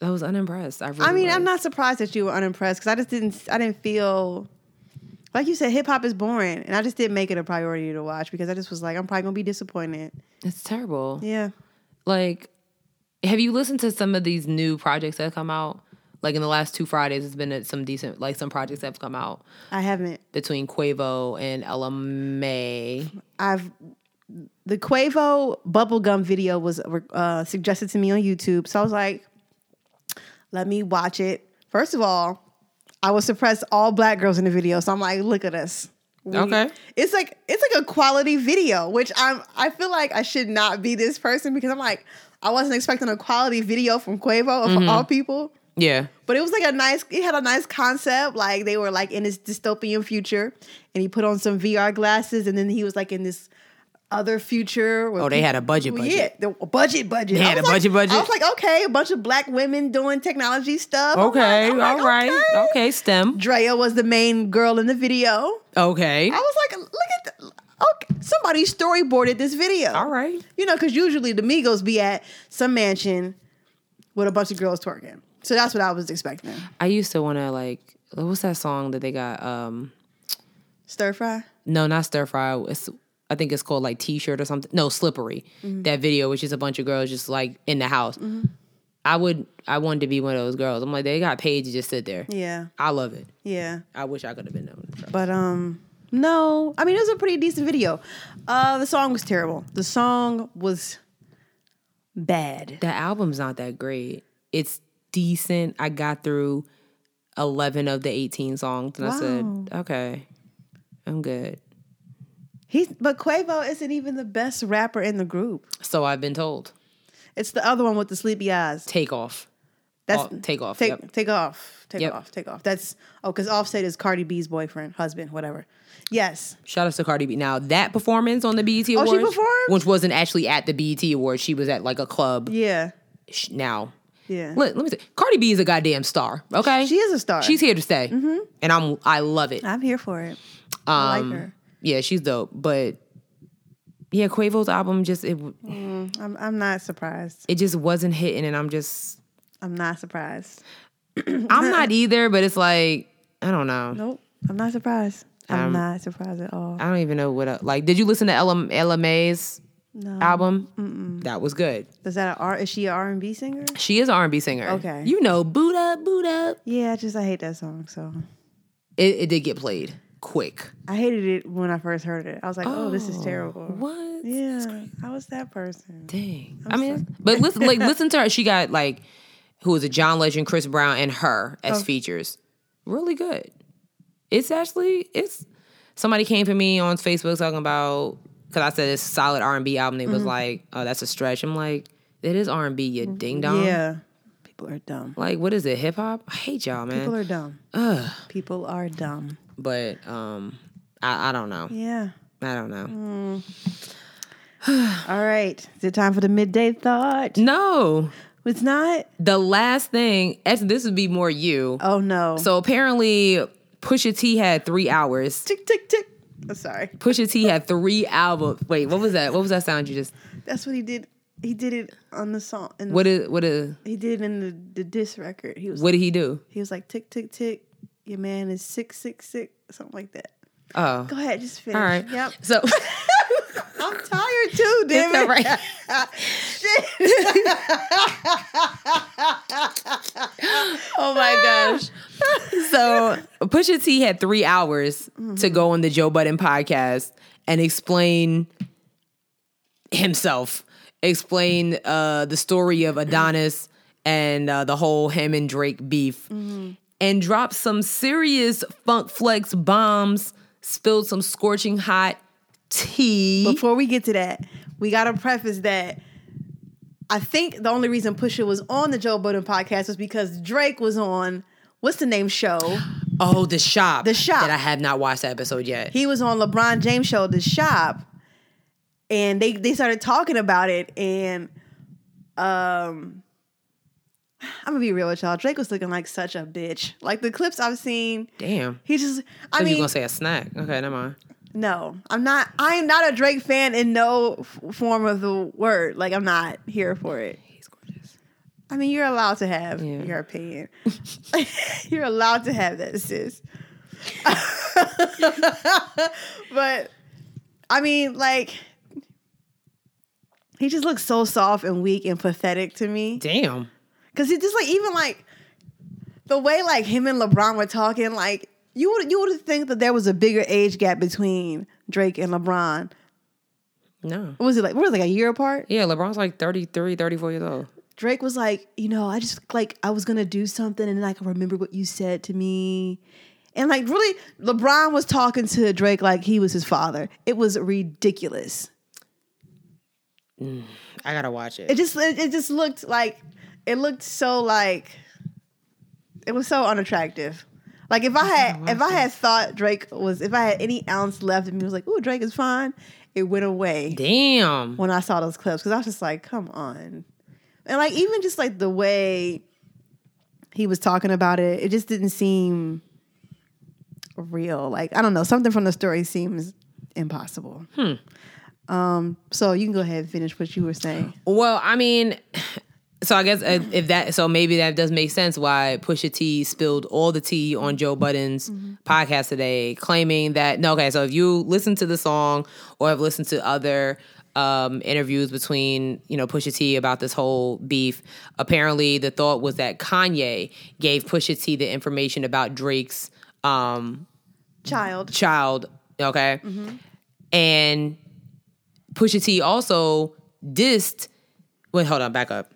I was unimpressed. I, really I mean, was. I'm not surprised that you were unimpressed because I just didn't. I didn't feel like you said hip hop is boring, and I just didn't make it a priority to watch because I just was like, I'm probably gonna be disappointed. It's terrible. Yeah. Like, have you listened to some of these new projects that come out? Like in the last two Fridays, it's been uh, some decent, like some projects that have come out I haven't. between Quavo and Ella May. I've the Quavo bubblegum video was uh, suggested to me on YouTube, so I was like, let me watch it. First of all, I was suppressed all black girls in the video, so I'm like, look at us. We- Okay. it's like it's like a quality video, which I'm I feel like I should not be this person because I'm like I wasn't expecting a quality video from Quavo of Mm-hmm. all people. Yeah. But it was like a nice, it had a nice concept. Like they were like in this dystopian future, and he put on some VR glasses, and then he was like in this other future. Where Oh, they had a budget, people- budget. Yeah, the a budget, budget. They I had was a like- budget, budget. I was like, okay, a bunch of black women doing technology stuff. I'm Okay. like- I'm all like, right. Oh okay. Okay. STEM. Drea was the main girl in the video. Okay. I was like, look at, the, okay, somebody storyboarded this video. All right. You know, because usually the Migos be at some mansion with a bunch of girls twerking. So that's what I was expecting. I used to want to like, what's that song that they got? Um, Stir fry. no, not stir fry. It's I think it's called like t-shirt or something. No, slippery. That video, which is a bunch of girls just like in the house. I would, I wanted to be one of those girls. I'm like, they got paid to just sit there. Yeah, I love it. yeah. I wish I could have been them. But um, no. I mean, it was a pretty decent video. Uh, the song was terrible. The song was bad. The album's not that great. It's decent. I got through eleven of the eighteen songs, and I Wow. said, okay, I'm good. He's but Quavo isn't even the best rapper in the group. So I've been told, It's the other one with the sleepy eyes. take off. That's Oh, Take Off, Take yep. take off. Take Yep. off. Take off. That's oh, because Offset is Cardi B's boyfriend, husband, whatever. Yes. Shout out to Cardi B. Now that performance on the BET Oh, Awards, she performed? which wasn't actually at the BET Awards, she was at like a club. Yeah. Sh Now, Yeah. Look, let me say, Cardi B is a goddamn star. Okay, She is Mm-hmm. a star. She's here to stay, and I'm I love it. I'm here for it. I Um, like her. Yeah, she's dope. But yeah, Quavo's album just it I'm I'm not surprised. it just wasn't hitting, and I'm (laughs) just I'm not surprised. I'm not either. But it's like I don't know. Nope. I'm not surprised. um, I'm not surprised at all. I don't even know what. I, like, did you listen to Ella, Ella May's No. album? That was good. Is that a R? Is she an R and B singer? She is an R&B singer. Okay. you know, boot up, boot up. Yeah, I just I hate that song. So it, it did get played quick. I hated it when I first heard it. I was like, oh, this is terrible. What? Yeah, I was that person. Dang. i mean, but listen, (laughs) like listen to her. She got like who was it? John Legend, Chris Brown, and her as Oh. features. Really good. It's actually it's. Somebody came to me on Facebook talking about because I said it's a solid R and B album. They was Mm-hmm. like, oh, that's a stretch. I'm like, it is R and B. You ding dong. Yeah, people are dumb. Like, what is it? Hip hop? I hate y'all, man. People are dumb. People are dumb. but um, I, I don't know. Yeah. Mm. I don't know. All right. Is it time for the midday thought? No. It's not. The last thing, actually, this would be more you. Oh no. So apparently, Pusha T had three hours. tick tick tick. I'm sorry. Pusha T had three albums. Wait, what was that? What was that sound you just? That's what he did. He did it on the song. And What is? What is? he did it in the, the diss record. He was What did he do? he was like tick tick tick. Your man is six six six something like that. Oh, Go ahead, just finish. all right. Yep. So (laughs) I'm tired too, damn It's all it. right. Shit. (laughs) Oh my gosh. So Pusha T had three hours to go on the Joe Budden podcast and explain himself, explain uh, the story of Adonis and uh, the whole him and Drake beef, and dropped some serious funk flex bombs, spilled some scorching hot tea. Before we get to that, we gotta preface that I think the only reason Pusha was on the Joe Budden podcast was because Drake was on what's the name show? Oh, the shop. The Shop. That I have not watched that episode yet. He was on LeBron James show, The Shop, and they they started talking about it. And um, I'm gonna be real with y'all. Drake was looking like such a bitch. Like the clips I've seen, Damn. he just. I I you mean, gonna say a snack? Okay, never mind. No, I'm not. I am not a Drake fan in no f- form of the word. Like I'm not here for it. He's gorgeous. I mean, you're allowed to have Yeah. (laughs) your opinion. (laughs) you're allowed to have that, sis. (laughs) but I mean, like, he just looks so soft and weak and pathetic to me. Damn. Cause he just like even like the way like him and LeBron were talking, like you would you would think that there was a bigger age gap between Drake and LeBron. No. What was it like? What was it, like a year apart? Yeah, LeBron's like 33, 34 years old. Drake was like, you know, I just like I was gonna do something and then I can remember what you said to me. And like really LeBron was talking to Drake like he was his father. It was ridiculous. I gotta watch It it. just it, it just looked like it looked so like it was so unattractive. Like if I had if I had thought Drake was if I had any ounce left in me was like, ooh, Drake is fine, it went away Damn. when I saw those clips because I was just like, come on. And like even just like the way he was talking about it, it just didn't seem real. Like I don't know, something from the story seems impossible. Hmm. Um, so you can go ahead and finish what you were saying. Well, I mean, (sighs) so I guess uh, if that, so maybe that does make sense why Pusha T spilled all the tea on Joe Budden's podcast today, claiming that no, okay, so if you listen to the song or have listened to other um, interviews between you know Pusha T about this whole beef, apparently the thought was that Kanye gave Pusha T the information about Drake's um, Child. child, okay? And Pusha T also dissed. Wait, hold on, back up.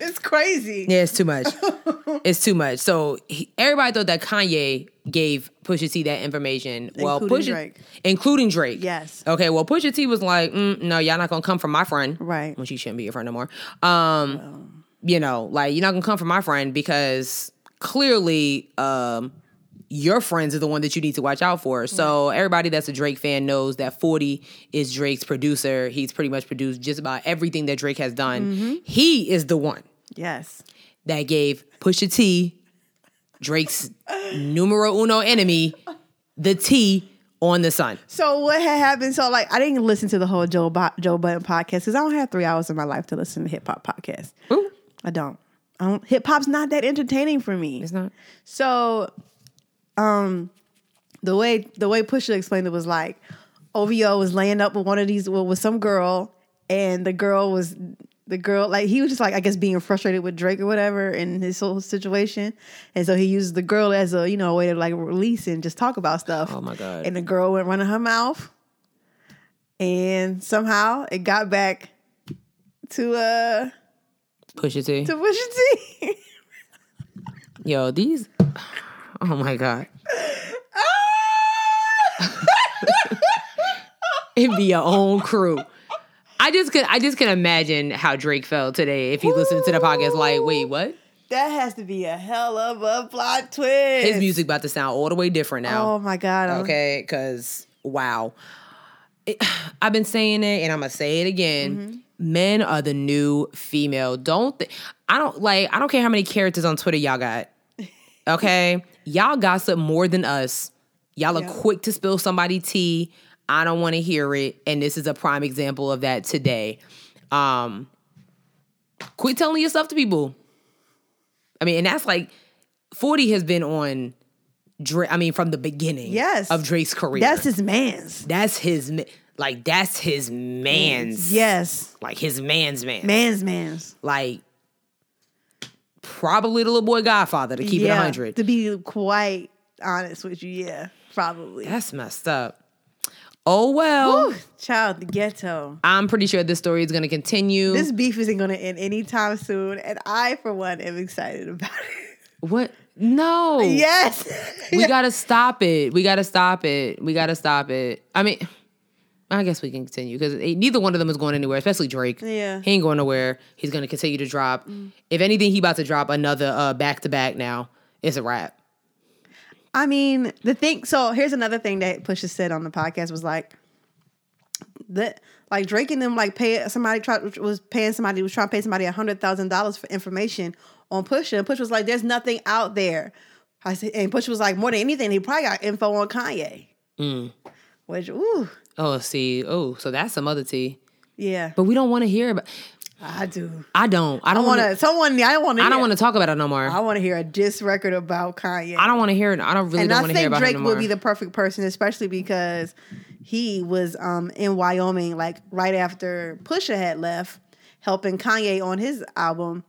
It's crazy. Yeah, it's too much. (laughs) it's too much. So he, everybody thought that Kanye gave Pusha T that information. well, Including Pusha, Drake. including Drake. Yes. Okay. Well, Pusha T was like, mm, "No, y'all not gonna come from my friend." Right. When she shouldn't be your friend no more. Um, you know, like you're not gonna come from my friend because clearly, um, your friends are the one that you need to watch out for. So everybody that's a Drake fan knows that 40 is Drake's producer. He's pretty much produced just about everything that Drake has done. He is the one Yes. that gave Pusha T, Drake's numero uno enemy, the T on the sun. So what had happened? So like I didn't listen to the whole Joe Bo- Joe Budden podcast because I don't have three hours of my life to listen to hip hop podcasts. I don't. I don't. Hip hop's not that entertaining for me. It's not. So, um, the way the way Pusha explained it was like OVO was laying up with one of these well, with some girl, and the girl was the girl like he was just like I guess being frustrated with Drake or whatever in his whole situation, and so he used the girl as a you know way to like release and just talk about stuff. Oh my God. And the girl went running her mouth, and somehow it got back to uh Pusha T. to Pusha T. (laughs) Yo, these. Oh my God. It'd be your own crew. I just could I just can imagine how Drake felt today if he listened to the podcast like, wait, what? That has to be a hell of a plot twist. His music about to sound all the way different now. Oh my god. I'm- Okay, because wow, It- (sighs) I've been saying it, and I'm gonna say it again. Mm-hmm. Men are the new female. Don't th- I don't like I don't care how many characters on Twitter y'all got. (laughs) Okay, y'all gossip more than us. Y'all are Yep. quick to spill somebody tea. I don't want to hear it, and this is a prime example of that today. Um, quit telling yourself to people. I mean, and that's like forty has been on. Drake, I mean, from the beginning Yes. of Drake's career. That's his man's. that's his ma- like that's his Mm. man's Yes. like his man's man. Man's man's. Like probably the little boy Godfather to keep it it yeah. hundred. To be quite honest with you, yeah. Probably. that's messed up. Oh well, Whew, child the ghetto. I'm pretty sure this story is going to continue. This beef isn't gonna end anytime soon, and I for one am excited about it. what? No. Yes. We gotta stop it. We gotta stop it. We gotta stop it. I mean, I guess we can continue because neither one of them is going anywhere, especially Drake. Yeah. Mm. he ain't going nowhere. He's gonna continue to drop. If anything, he about to drop another uh back to back now. it's a wrap. I mean, the thing. So here's another thing that Pusha said on the podcast was like that, like Drake and them, like pay somebody tried was paying somebody was trying to pay somebody a hundred thousand dollars for information on Pusha, and Pusha was like, "There's nothing out there." I said, and Pusha was like, "More than anything, he probably got info on Kanye." Mm. Which, ooh, Oh, see, oh, so that's some other tea. yeah, But we don't want to hear about. I do. I don't. I I don't want want to. to. Someone, I want to. I don't want to talk about it no more. I want to hear a diss record about Kanye. I don't want to hear it. I don't really and don't I want to hear think about Drake it no more. would be the perfect person, especially because he was um, in Wyoming, like right after Pusha had left, helping Kanye on his album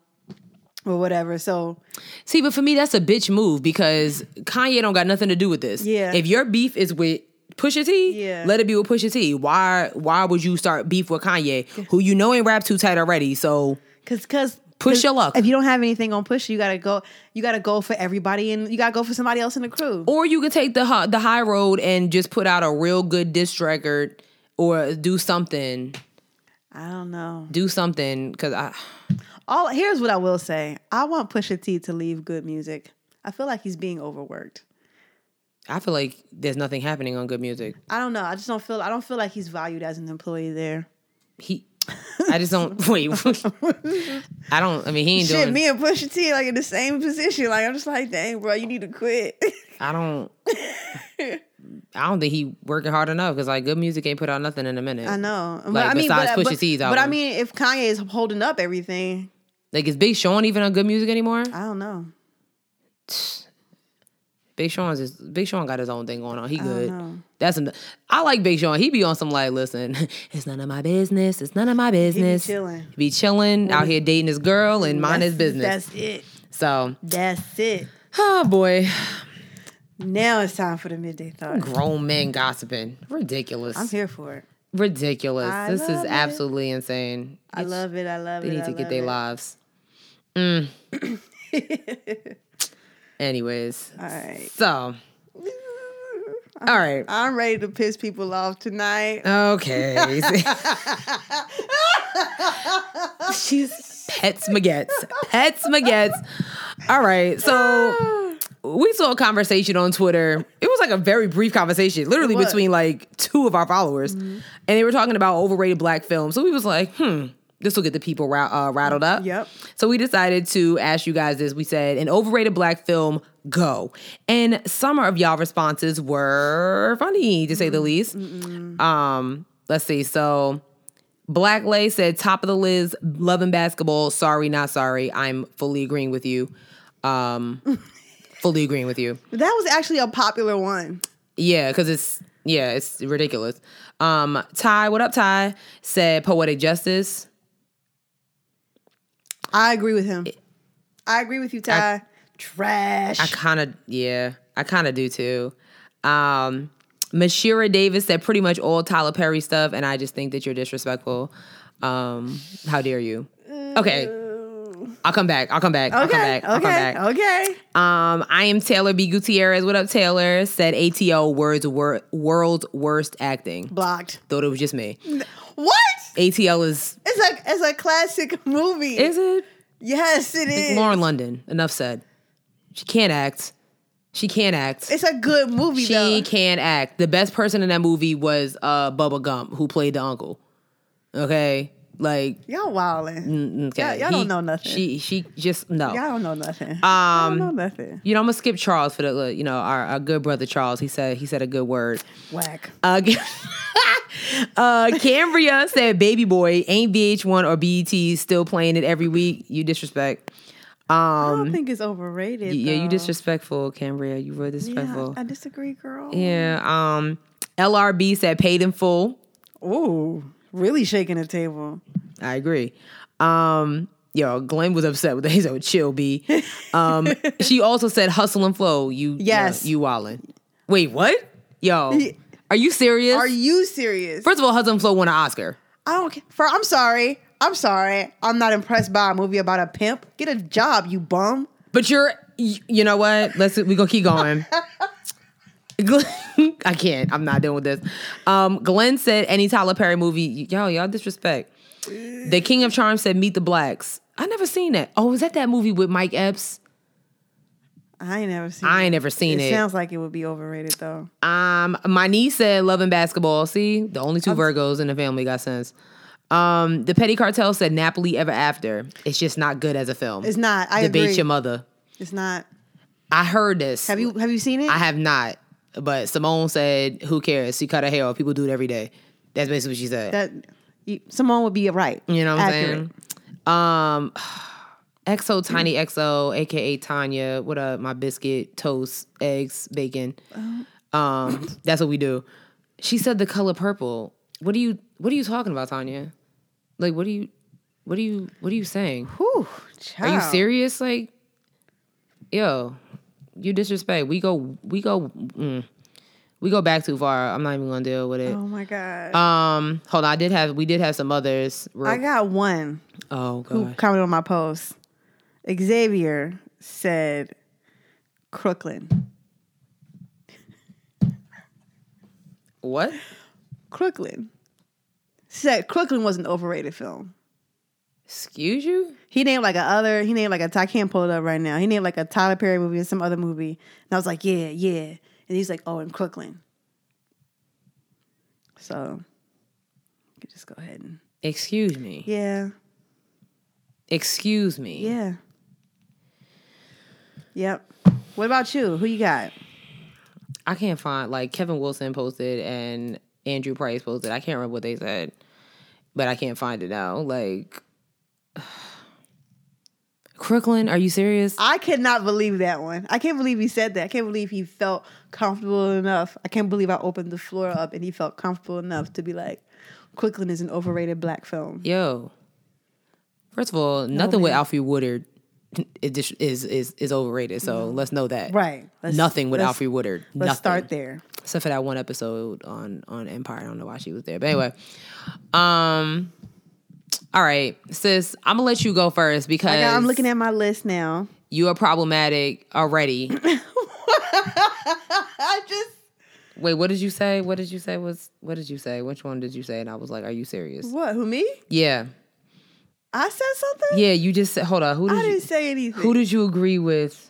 or whatever. So See, but for me, that's a bitch move because Kanye don't got nothing to do with this. Yeah. If your beef is with Pusha T, Yeah. let it be with Pusha T. Why? Why would you start beef with Kanye, who you know ain't rap too tight already? So Cause, cause Push 'cause your luck. If you don't have anything on push, you gotta go. You gotta go for everybody, and you gotta go for somebody else in the crew. or you could take the hi- the high road and just put out a real good diss record or do something I don't know. do something because i All here's what I will say. I want Pusha T to leave good music. I feel like he's being overworked. i feel like there's nothing happening on good music I don't know. I just don't feel. I don't feel like he's valued as an employee there. he i just don't (laughs) wait i don't i mean he ain't Shit, doing me and Pusha T like in the same position. Like I'm just like, dang, bro, you need to quit. (laughs) i don't i don't think he working hard enough because like good music ain't put out nothing in a minute I know. But Like, I mean, besides but, uh, Pusha but, T's but I album. mean, if Kanye is holding up everything, like is big sean even on good music anymore (sighs) I don't know. big sean's is big sean got his own thing going on he don't good know. that's some, I like Big Sean. He be on some like, listen, (laughs) it's none of my business. It's none of my business. chilling. He be chilling out here dating his girl and mind his business. That's- That's it. so, (sighs) That's it. oh boy, (sighs) Now it's time for the midday thought. grown men gossiping, ridiculous. I'm here for it. ridiculous. I this is love it. absolutely insane. I love it. I love They it. need I to get love their it. lives. (laughs) Mm. Anyways, All right. so Uh-huh. all right, I'm ready to piss people off (laughs) tonight. okay. Oh, She's pets maggots, pets maggots. All right, so. (sighs) We saw a conversation on Twitter. It was like a very brief conversation, literally was. Mm-hmm. between like two of our followers, and they were talking about overrated black films. So we was like, hmm, this will get the people ra- uh, rattled up. Yep. So we decided to ask you guys this. We said an overrated black film, go. And some of y'all responses were funny to say the least. Um, let's see. So Black Lay said, top of the list, loving basketball. Sorry, not sorry. I'm fully agreeing with you. Um, fully agreeing with you. That was actually a popular one. Yeah, because it's yeah, it's ridiculous. Um, Ty, what up, Ty? Said poetic justice. I agree with him. I agree with you, Ty. Trash. I kind of yeah, I kind of do too. Um, Mashira Davis said pretty much all Tyler Perry stuff, and I just think that you're disrespectful. Um, how dare you? Okay, Ooh. I'll come back. I'll come back. I'll come okay. back. I'll come okay. back. Okay. Um, I am Taylor B. Gutierrez. What up, Taylor? Said ATO words wor- world's worst acting. Blocked. Thought it was just me. What? ATL is It's like it's a classic (laughs) movie. is it? yes, it is. Lauren London. Enough said. She can't act. She can't act. It's a good movie She though. can act. The best person in that movie was uh Bubba Gump, who played the uncle. Okay, like Y'all wildin'. mm, okay, Y'all- y'all don't know nothing. She she just no. Y'all don't know nothing. Um, I don't know nothing. You know I'm gonna skip Charles for the uh, you know our, our good brother Charles. He said he said a good word. Whack. Uh, (laughs) uh, Cambria said, "Baby boy, ain't VH1 or BET still playing it every week? You disrespect. I Um, don't think it's overrated. yeah, you though. disrespectful, Cambria. You really disrespectful. Yeah, I, I disagree, girl. yeah. Um, LRB said, paid in full. Ooh, really shaking the table. I agree. Um, yo, Glenn was upset with that. (laughs) He's like, chill, B. (laughs) Um, she also said, hustle and flow. You, Yes. you, you wildin'. Wait, what? Yo, are you serious? Are you serious? First of all, hustle and flow won an Oscar. I don't care. For I'm sorry. I'm sorry. I'm not impressed by a movie about a pimp. Get a job, you bum. But you're, you, you know what? Let's, we gonna keep (laughs) going. (laughs) Glenn- I can't. I'm not dealing with this. Um, Glenn said, any Tyler Perry movie, y- y'all, y'all disrespect. The King of Charm said, Meet the Blacks. I never seen that. Oh, was that that movie with Mike Epps? I ain't never seen. I ain't never seen it it. sounds like it would be overrated though. Um, my niece said love and basketball. See, the only two Virgos in the family got sense. Um, the Petty Cartel said Napoli Ever After. It's just not good as a film. It's not. I Debate agree. your mother. It's not. I heard this. Have you have you seen it? I have not. But Simone said, "Who cares? She cut her hair off. People do it every day." That's basically what she said. that you, someone would be right. you know what I'm Accurate. saying? Um, (sighs) XO Tiny XO, aka Tanya. What up? My biscuit, toast, eggs, bacon. Oh. (laughs) Um, that's what we do. She said the color purple. What are you? What are you talking about, Tanya? Like, what are you? What are you? What are you saying? Whew, Are you child. serious? Like, yo, you disrespect. We go, we go, mm, we go back too far. I'm not even gonna deal with it. Oh my god. Um, hold on. I did have, we did have some others. real- I got one oh who god. commented on my post. Xavier said, "Crooklyn, What? Crooklyn." Said Crooklyn was an overrated film. Excuse you? He named like a other. He named like a. I can't pull it up right now. He named like a Tyler Perry movie and some other movie. And I was like, yeah, yeah. And he's like, oh, and Crooklyn. So, you could just go ahead and Excuse me. yeah, Excuse me. yeah, yep. What about you? Who you got? I can't find like Kevin Wilson posted and Andrew Price posted. I can't remember what they said, but I can't find it now. Like, (sighs) Crooklyn, are you serious? I cannot believe that one. I can't believe he said that. I can't believe he felt comfortable enough. I can't believe I opened the floor up and he felt comfortable enough to be like, Crooklyn is an overrated black film. Yo, first of all, nothing with Alfred Woodard is dis- is is, is overrated. So let's know that. Right. Let's- nothing with let's- Alfred Woodard. Let's nothing. start there. Except for that one episode on on Empire. I don't know why she was there, but anyway. Um. All right, sis. I'm gonna let you go first because Like, I'm looking at my list now. you are problematic already. (laughs) (coughs) I just Wait, what did you say? What did you say was? What did you say? Which one did you say? And I was like, Are you serious? what? Who me? Yeah, I said something. yeah. You just said. Hold on. Who did I you? didn't say anything. Who did you agree with?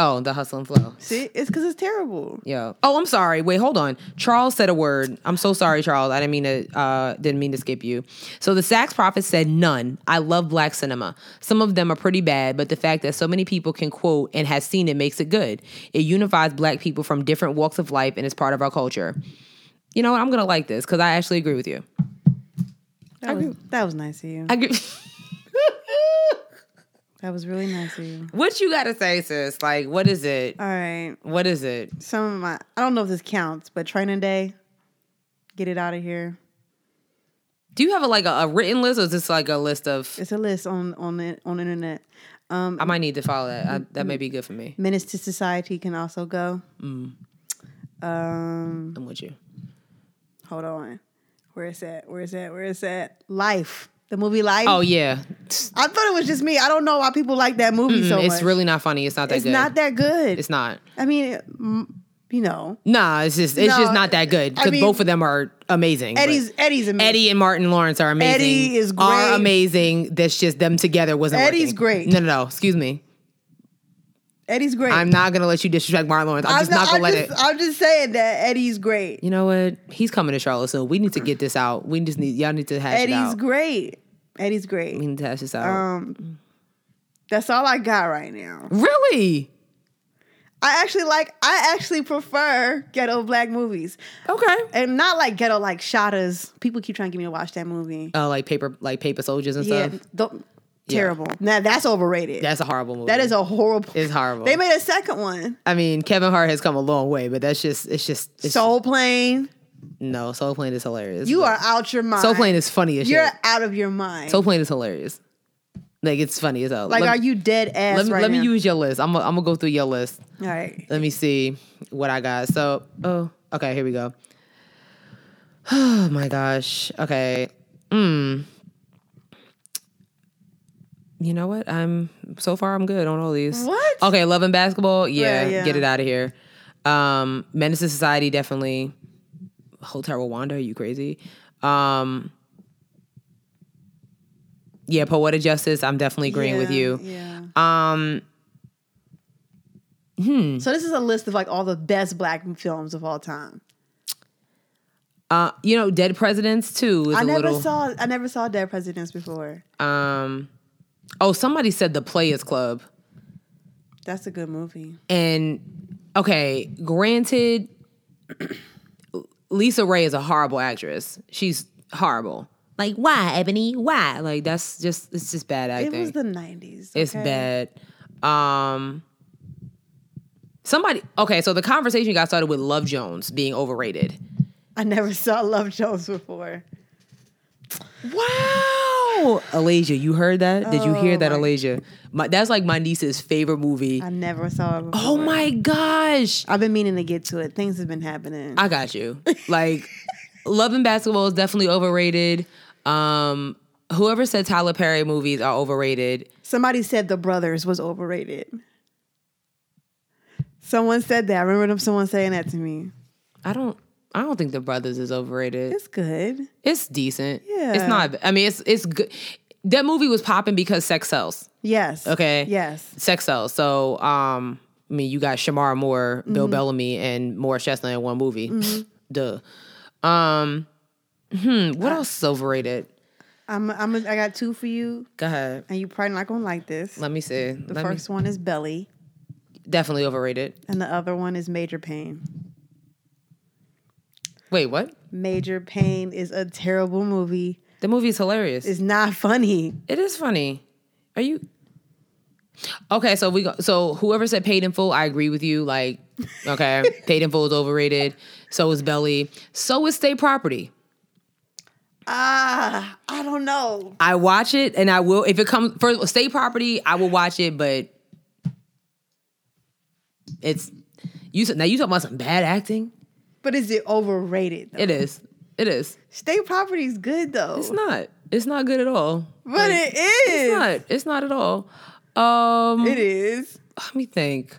Oh, the hustle and flow. See, it's because it's terrible. Yeah. Oh, I'm sorry. Wait, hold on. Charles said a word. I'm so sorry, Charles. I didn't mean to. Uh, didn't mean to skip you. So the Sax Prophet said none. I love black cinema. Some of them are pretty bad, but the fact that so many people can quote and has seen it makes it good. It unifies black people from different walks of life and is part of our culture. You know what? I'm gonna like this because I actually agree with you. That was, that was nice of you. I agree. (laughs) That was really nice of you. what you gotta say, sis? Like, what is it? All right. What is it? Some of my I don't know if this counts, but training day. Get it out of here. Do you have a, like a, a written list, or is this like a list of? It's a list on on the on the internet. Um, I might need to follow that. I, that may be good for me. Menace to society can also go. Um, I'm with you. hold on. Where is that? Where is that? Where is that? Life. The movie Life. Oh yeah, I thought it was just me. I don't know why people like that movie so much. it's really not funny. It's not that It's good. not that good. it's not. I mean, it- m- you know, Nah, it's just it's No, just not that good I because mean, both of them are amazing. but Eddie's Eddie's amazing. Eddie and Martin Lawrence are amazing. Eddie is Are great. amazing. That's just them together wasn't. Eddie's working. great. No, no, no. Excuse me. Eddie's great. I'm not gonna let you disrespect Martin Lawrence. I'm, just not, gonna I'm let just, it. I'm just saying that Eddie's great. You know what? He's coming to Charlotte soon. We need to get this out. We just need y'all need to hash it Eddie's out. great. Eddie's great. we need to hash this out. Um, that's all I got right now. really? I actually like. I actually prefer ghetto black movies, Okay. and not like ghetto like Shadas. People keep trying to get me to watch that movie. Oh, like paper, like paper soldiers and yeah, stuff. don't- terrible. Now that's overrated. That's a horrible movie. That is a horrible. It's horrible. They made a second one. I mean, Kevin Hart has come a long way, but that's just it's just it's Soul Plane. No, Soul Plane is hilarious. You but- are out your mind. Soul Plane is funny as You're shit. out of your mind. Soul Plane is hilarious. Like it's funny as hell. like, let, are you dead ass Let me right let now? me use your list. I'm i I'm gonna go through your list. All right. Let me see what I got. So, oh, okay, here we go. (sighs) Oh my gosh. Okay. Mm. You know what? I'm so far I'm good on all these. What? Okay, love and basketball. Yeah, Yeah, yeah. get it out of here. Um, Menace to Society definitely. Hotel Rwanda, are you crazy? Um, yeah, poetic justice. I'm definitely agreeing with Yeah, you. Yeah. Um, So this is a list of like all the best black films of all time. Uh, you know, Dead Presidents too is I a never little. saw I never saw Dead Presidents before. um, oh, somebody said the Players Club, That's a good movie. and okay, granted, Lisa Ray is a horrible actress. She's horrible. Like why, Ebony? Why? Like that's just it's just bad It acting. was the nineties. It's bad. Um somebody okay, so the conversation got started with Love Jones being overrated. I never (laughs) saw Love Jones before. Wow. Alasia, you heard that? Did you hear that, Oh my- Alasia? My, that's like my niece's favorite movie. I never saw it before. oh my gosh. I've been meaning to get to it. Things have been happening. I got you. Like, Love and Basketball is definitely overrated. Um, whoever said Tyler Perry movies are overrated. Somebody said The Brothers was overrated. Someone said that. I remember them someone saying that to me. I don't I don't think The Brothers is overrated. It's good. It's decent. Yeah. It's not I mean it's it's good. That movie was popping because sex sells. Yes. Okay. Yes. Sex sells. So um I mean you got Shamar Moore, Bill Mm-hmm. Bellamy, and Morris Chestnut in one movie. (laughs) Duh. Um hmm, what else is overrated? I'm I'm I got two for you Go ahead. and you probably not going to like this. Let me see. the Let me- first one is Belly definitely overrated. and the other one is Major Pain. Wait, what? Major Pain is a terrible movie. The movie is hilarious. It's not funny. It is funny. Are you okay? So we go, so whoever said paid in full, I agree with you. Like, okay, (laughs) paid in full is overrated. So is Belly. So is State Property. Ah, I don't know. I watch it, and I will if it comes for State Property. I will watch it, but it's you. said- Now you talking about some bad acting? But is it overrated? Though? It is. It is. State property's good though. It's not. It's not good at all. but it is. It's not. It's not at all. Um, It is. let me think.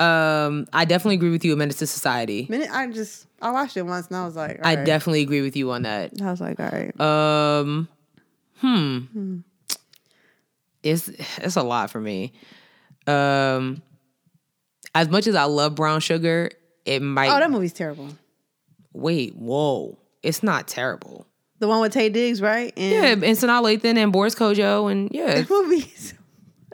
Um, I definitely agree with you. A menace to society. Minute I just I watched it once and I was like, I alright. definitely agree with you on that. I was like, all right. Um, hmm. It's it's a lot for me. Um, as much as I love brown sugar, it might oh, that movie's terrible. wait. Whoa, it's not terrible. The one with Tay Diggs, right? And Yeah, and Sanaa Lathan and Boris Kojo and yeah. That (laughs) movie's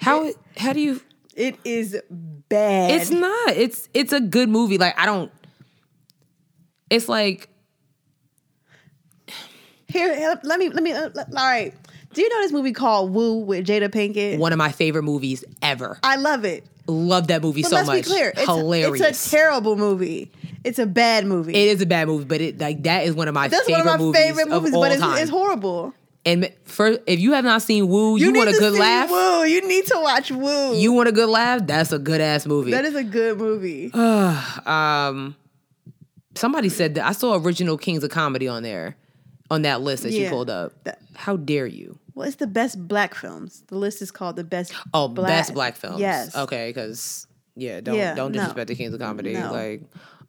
How how do you? it is bad. It's not. It's it's a good movie. Like I don't. It's like Here, here, let me let me uh, let- all right. Do you know this movie called Woo with Jada Pinkett? one of my favorite movies ever. I love it. Love that movie But so let's much. be clear. It's, Hilarious. it's a terrible movie. It's a bad movie. It is a bad movie, but it like that is one of my That's one favorite of my movies favorite movies, of all but it's, time. it's horrible. and for if you have not seen Woo, you, need want a to good see laugh. Woo, you need to watch Woo. You want a good laugh? That's a good ass movie. that is a good movie. Uh, um, somebody said that I saw original Kings of Comedy on there, on that list that she Yeah. pulled up. That- How dare you? Well, it's the best black films. The list is called the best. Oh, best black films. Yes. Okay, because yeah, don't Yeah, don't no. disrespect the Kings of Comedy. No. Like,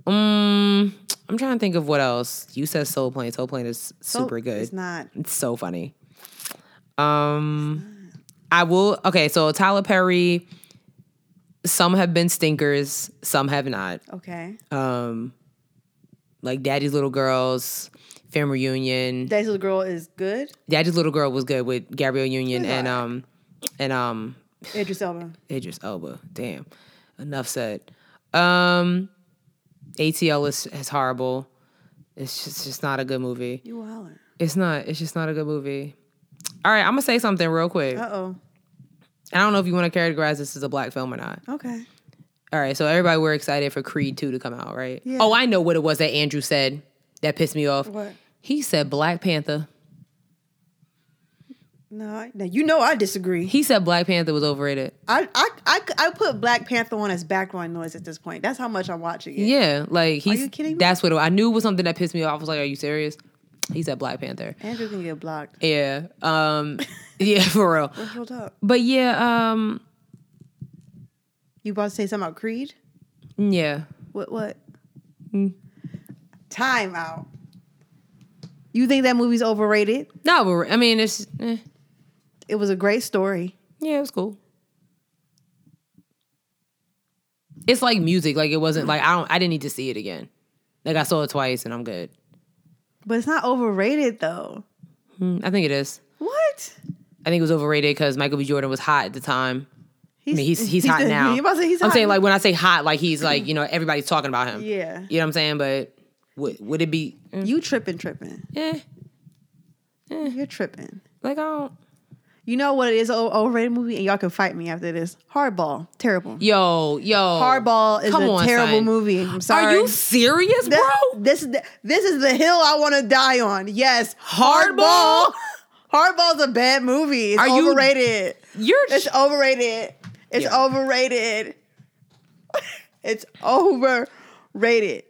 um, I'm trying to think of what else. You said Soul Plane. Soul Plane is So super good. Oh, It's not. It's so funny. Um, I will. Okay, so Tyler Perry. Some have been stinkers. Some have not. Okay. Um, like Daddy's Little Girls, Family Reunion. Daddy's Little Girl is good. Daddy's Little Girl was good with Gabrielle Union and um and um Idris Elba. Idris Elba. Damn. Enough said. Um, ATL is is horrible. It's just, just not a good movie. You holler. It's not. It's just not a good movie. All right, I'm gonna say something real quick. Uh oh. I don't know if you want to categorize this as a black film or not. Okay. All right, so everybody were excited for Creed 2 to come out, right? Yeah. Oh, I know what it was that Andrew said that pissed me off. What? He said Black Panther. No, I- no. You know I disagree. He said Black Panther was overrated. I I, I c- I put Black Panther on as background noise at this point. That's how much I'm watching it. Yeah, like he's you kidding me? that's what it, I knew it was something that pissed me off. I was like, "Are you serious?" He said Black Panther. Andrew can get blocked. Yeah. Um (laughs) yeah, for real. Hold up. But yeah, um You about to say something about Creed? yeah. What? What? Hmm. Time out. You think that movie's overrated? No, but I mean it's eh, It was a great story. yeah, it was cool. it's like music. Like it wasn't like I don't I didn't need to see it again. Like I saw it twice and I'm good. But it's not overrated though. Mm, I think it is. What? I think it was overrated because Michael B. Jordan was hot at the time. (laughs) I He's, mean, he's he's, hot the- now. you about to say he's I'm hot saying now. like when I say hot, like he's like (clears throat) you know everybody's talking about him. Yeah. you know what I'm saying. But would would it be? mm, You tripping, tripping. Yeah, You're tripping. like I don't. You know what it is? O overrated movie, and y'all can fight me after this. Hardball, terrible. Yo, yo, Hardball is Come a on, terrible son. movie. I'm sorry. Are you serious, bro? That- (laughs) This is the, this is the hill I want to die on. Yes, Hardball? Hardball. Hardball's a bad movie. It's Are you- overrated. You're It's overrated. It's Yeah. overrated. (laughs) it's overrated.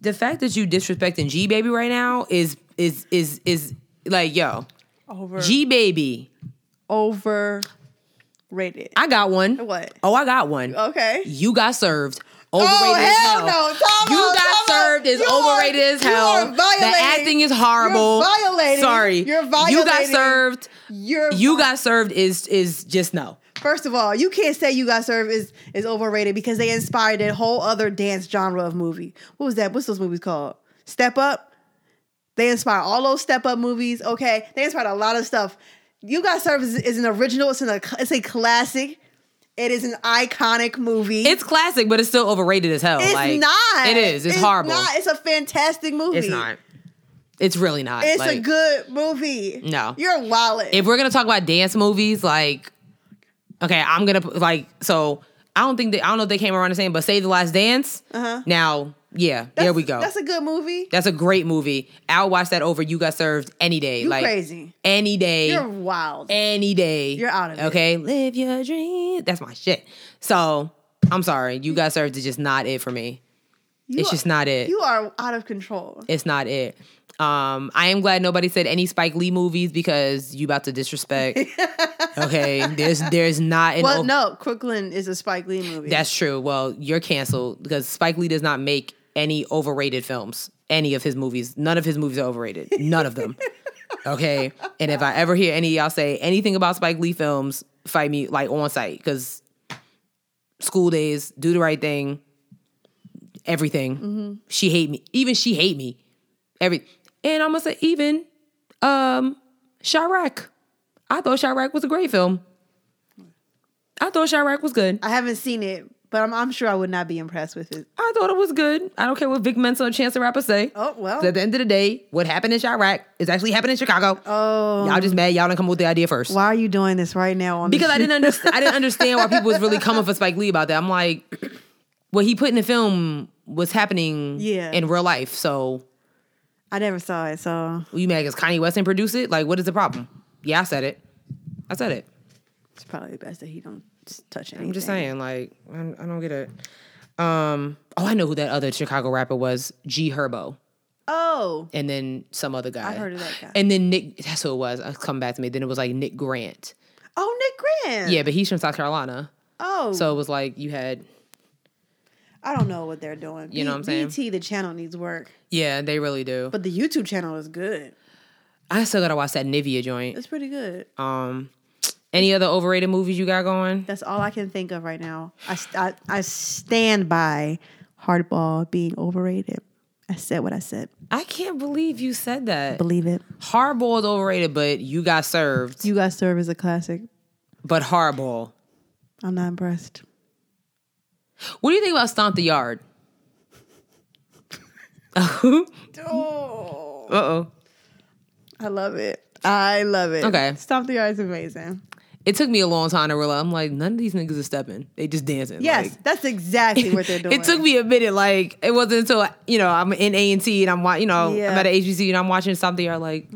the fact that you disrespecting G Baby right now is is is is like yo Over G Baby. overrated. I got one. What? Oh, I got one. Okay. You got served. Overrated oh as hell hell. no! Time you out, got time out. served is You are- overrated as you hell. are violating. The acting is horrible. You're violating. Sorry, You're You got violating. served. You're You got served is is just no. First of all, you can't say you got served is is overrated because they inspired a whole other dance genre of movie. What was that? What's those movies called? Step Up. They inspired all those Step Up movies. Okay, they inspired a lot of stuff. You got served is, is an original. It's an it's a classic. It is an iconic movie. It's classic, but it's still overrated as hell. It's like, not. It is. It's, horrible. Not. It's a fantastic movie. It's not. It's really not. It's a Like, good movie. No. you're wallet. If we're gonna talk about dance movies, like, okay, I'm gonna like so. I don't think they, I don't know if they came around the same, but Save the Last Dance. Uh-huh. Now, yeah, there we go. That's a good movie. That's a great movie. I'll watch that over You Got Served any day. You like crazy. any day. You're wild. any day. You're out of it. okay? live your dream. That's my shit. So I'm sorry. You Got Served is just not it for me. You it's are- just not it. You are out of control. it's not it. Um, I am glad nobody said any Spike Lee movies because you about to (laughs) disrespect. okay, there's there's not an Well, o- no, Crooklyn is a Spike Lee movie. That's true. Well, you're canceled because Spike Lee does not make any overrated films. Any of his movies, none of his movies are overrated. None of them. okay. And if I ever hear any of y'all say anything about Spike Lee films, fight me like on site because school days, do the right thing, everything. She hate me. Even she hate me. Every and I'm gonna say even um Chirac. I thought Chirac was a great film. I thought Chirac was good. I haven't seen it, but I'm, I'm sure I would not be impressed with it. I thought it was good. I don't care what Vic Mensa and Chance the Rapper say. Oh well. 'Cause At the end of the day, what happened in Chirac is actually happened in Chicago. oh, y'all just mad. Y'all didn't come up with the idea first. why are you doing this right now? On Because the I didn't understand. I didn't understand why people was really coming for Spike Lee about that. I'm like, (clears throat) what he put in the film was happening Yeah. in real life. So I never saw it, so you mad because Kanye West didn't produce it? Like, what is the problem? Yeah, I said it. I said it. it's probably best that he don't s- touch anything. I'm just saying. Like, I, I don't get it. Um. Oh, I know who that other Chicago rapper was. G Herbo. Oh, and then some other guy. heard of that guy. And then Nick, that's who it was. It's come back to me. Then it was like Nick Grant. oh, Nick Grant. Yeah, but he's from South Carolina, Oh, so it was like you had. I don't know what they're doing. You know what I'm saying? BT the channel needs work, Yeah, they really do. But but the YouTube channel is good. I still gotta watch that Nivea joint. It's pretty good. Um, any other overrated movies you got going? That's all I can think of right now. I, st- I, I stand by hardball being overrated. I said what I said. I can't believe you said that. Believe it. Hardball is overrated, but you got served. You got served as a classic. But hardball. I'm not impressed. What do you think about Stomp the Yard? (laughs) Oh, Uh oh. I love it. I love it. Okay. Stomp the Yard is amazing. It took me a long time to realize. I'm like, none of these niggas are stepping. They just dancing. Yes, Like, (laughs) that's exactly what they're doing. It took me a minute. Like it wasn't until you know I'm in A and T and I'm wa- you know Yeah. I'm at a HBC and I'm watching something. Are like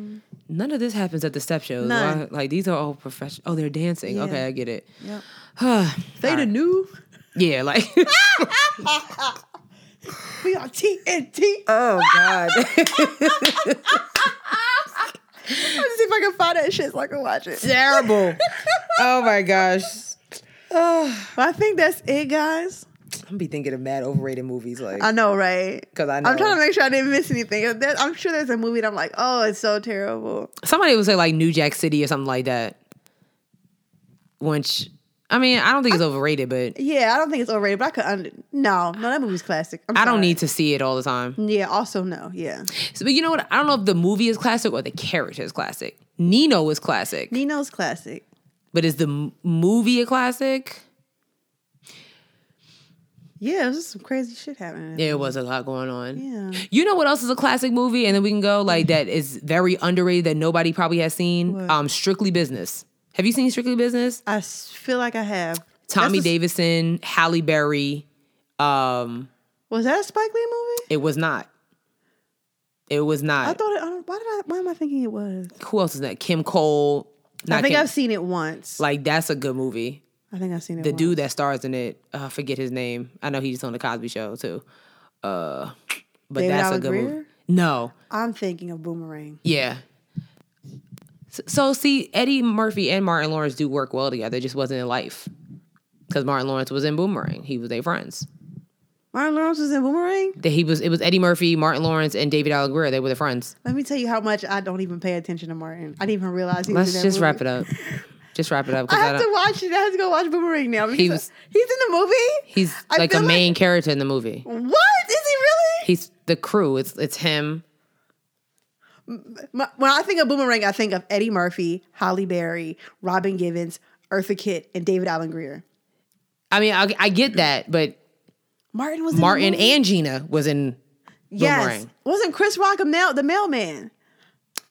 none of this happens at the step shows. None. Why- like these are all professional. Oh, they're dancing. Okay, I get it. (sighs) Yep. All Theta right. New. Yeah, (laughs) like We are TNT. oh (laughs) god. I'm gonna see if I can find that shit so I can watch it. Terrible. Oh my gosh. I think that's it, guys. I'm be thinking of mad overrated movies like I know, right? 'Cause I I'm trying know. to make sure I didn't miss anything. If there- I'm sure there's a movie that I'm like, oh, it's so terrible. somebody would say like New Jack City or something like that. Which I mean, I don't think it's overrated, but Yeah, I don't think it's overrated, but I could under no, no, that movie's classic. I'm I don't sorry. need to see it all the time. Yeah, also no, yeah. So, but you know what? I don't know if the movie is classic or the character is classic. Nino is classic, Nino's classic. but is the m- movie a classic? Yeah, there's just some crazy shit happening. There was a lot going on. Yeah. You know what else is a classic movie? And then we can go like that is very underrated that nobody probably has seen. What? Um, Strictly Business. Have you seen Strictly Business? I s- feel like I have. Tommy That's a- Davidson, Halle Berry. Um, Was that a Spike Lee movie? it was not. It was not. I thought it, I don't, why did I why am I thinking it was? Who else is that? Kim Cole. Not I think Kim- I've seen it once. like that's a good movie. I think I've seen it The once. dude that stars in it, uh, I forget his name. I know he's on the Cosby Show too. Uh, but David that's Allen a good movie. Greer? No, I'm thinking of Boomerang. yeah. So, so see, Eddie Murphy and Martin Lawrence do work well together. It just wasn't in life because Martin Lawrence was in Boomerang. He was their friends. Martin Lawrence was in Boomerang? That he was. It was Eddie Murphy, Martin Lawrence, and David Allen Greer. They were their friends. Let me tell you how much I don't even pay attention to Martin. I didn't even realize he Let's was in that just movie. wrap it (laughs) up. Just wrap it up I because I, have don't. to watch it. I have to go watch Boomerang now. He He's, was- he's in the movie? He's I like a feel like- main character in the movie. What? Is he He's the crew. It's it's him. really? My- When I think of Boomerang, I think of Eddie Murphy, Holly Berry, Robin Givens, Eartha Kitt, and David Allen Greer. I mean, I, I get that, but Martin was in Martin the movie? and Gina was in yes. Boomerang. Wasn't Chris Rock a mail, the mailman?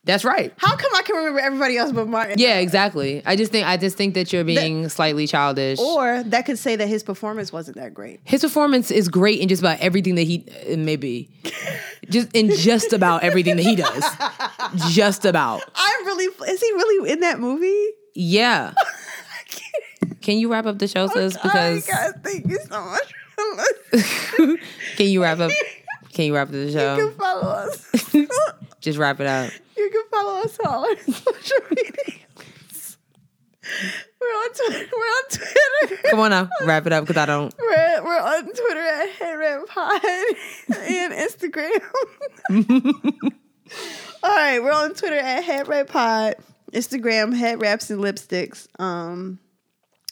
That's right. How come I can remember everybody else but Martin? Yeah, exactly. I just think I just think that Oh. you're being slightly childish. Or that could say that his performance wasn't that great. His performance is great in just about everything that he uh, (laughs) maybe just in just about everything that he does. Just about. I'm really is he really in that movie? (laughs) Yeah. Can you wrap up the show, sis? Because I guys, thank you so much for listening. can you wrap (laughs) up? Can you wrap up the You can show? follow us. (laughs) Just wrap it up. you can follow us on (laughs) all our social media. We're on Twitter. We're on Twitter. Come on now, wrap it up because I don't. We're, we're on Twitter at (laughs) HeadRedPod and Instagram. (laughs) All right, we're on Twitter at HeadRedPod, Instagram Head Wraps and Lipsticks. Um,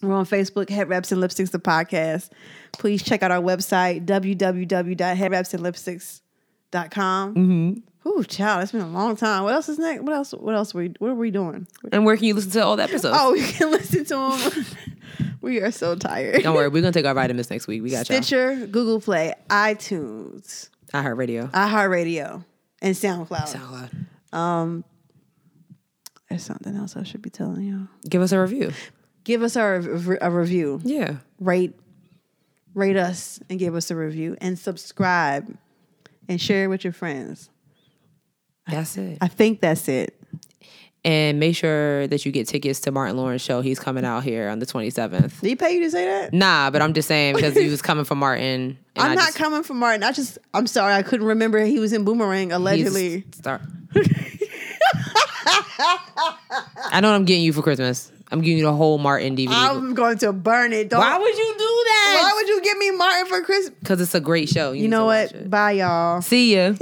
we're on Facebook Head Wraps and Lipsticks the podcast. Please check out our website www.headwrapsandlipsticks.com. Mm-hmm. Ooh, child, it's been a long time. What else is next? What else? What else? we what are we doing? And where can you listen to all the episodes? Oh, (laughs) you can listen to them. (laughs) we are so tired. Don't worry, we're gonna take our vitamins next week. We got you. Stitcher, Google Play, iTunes, I heard radio. iHeartRadio, and SoundCloud. SoundCloud. There's something else I should be telling y'all. Give us a review. Give us our, a review. Yeah. Rate, rate us, and give us a review. And subscribe, and share it with your friends. That's it. I think that's it. And make sure that you get tickets to Martin Lawrence show. He's coming out here on the 27th. Did he pay you to say that? Nah, but I'm just saying because he was coming for Martin. And (laughs) I'm I not just, coming for Martin. I just, I'm sorry, I couldn't remember he was in Boomerang he's- allegedly. Start. I know what I'm getting you for Christmas. I'm giving you the whole Martin DVD. I'm going to burn it. Don't, Why would you do why that? would you give me Martin for Christmas? Because it's a great show. You need to know watch what? it. (laughs) Bye, y'all. See ya.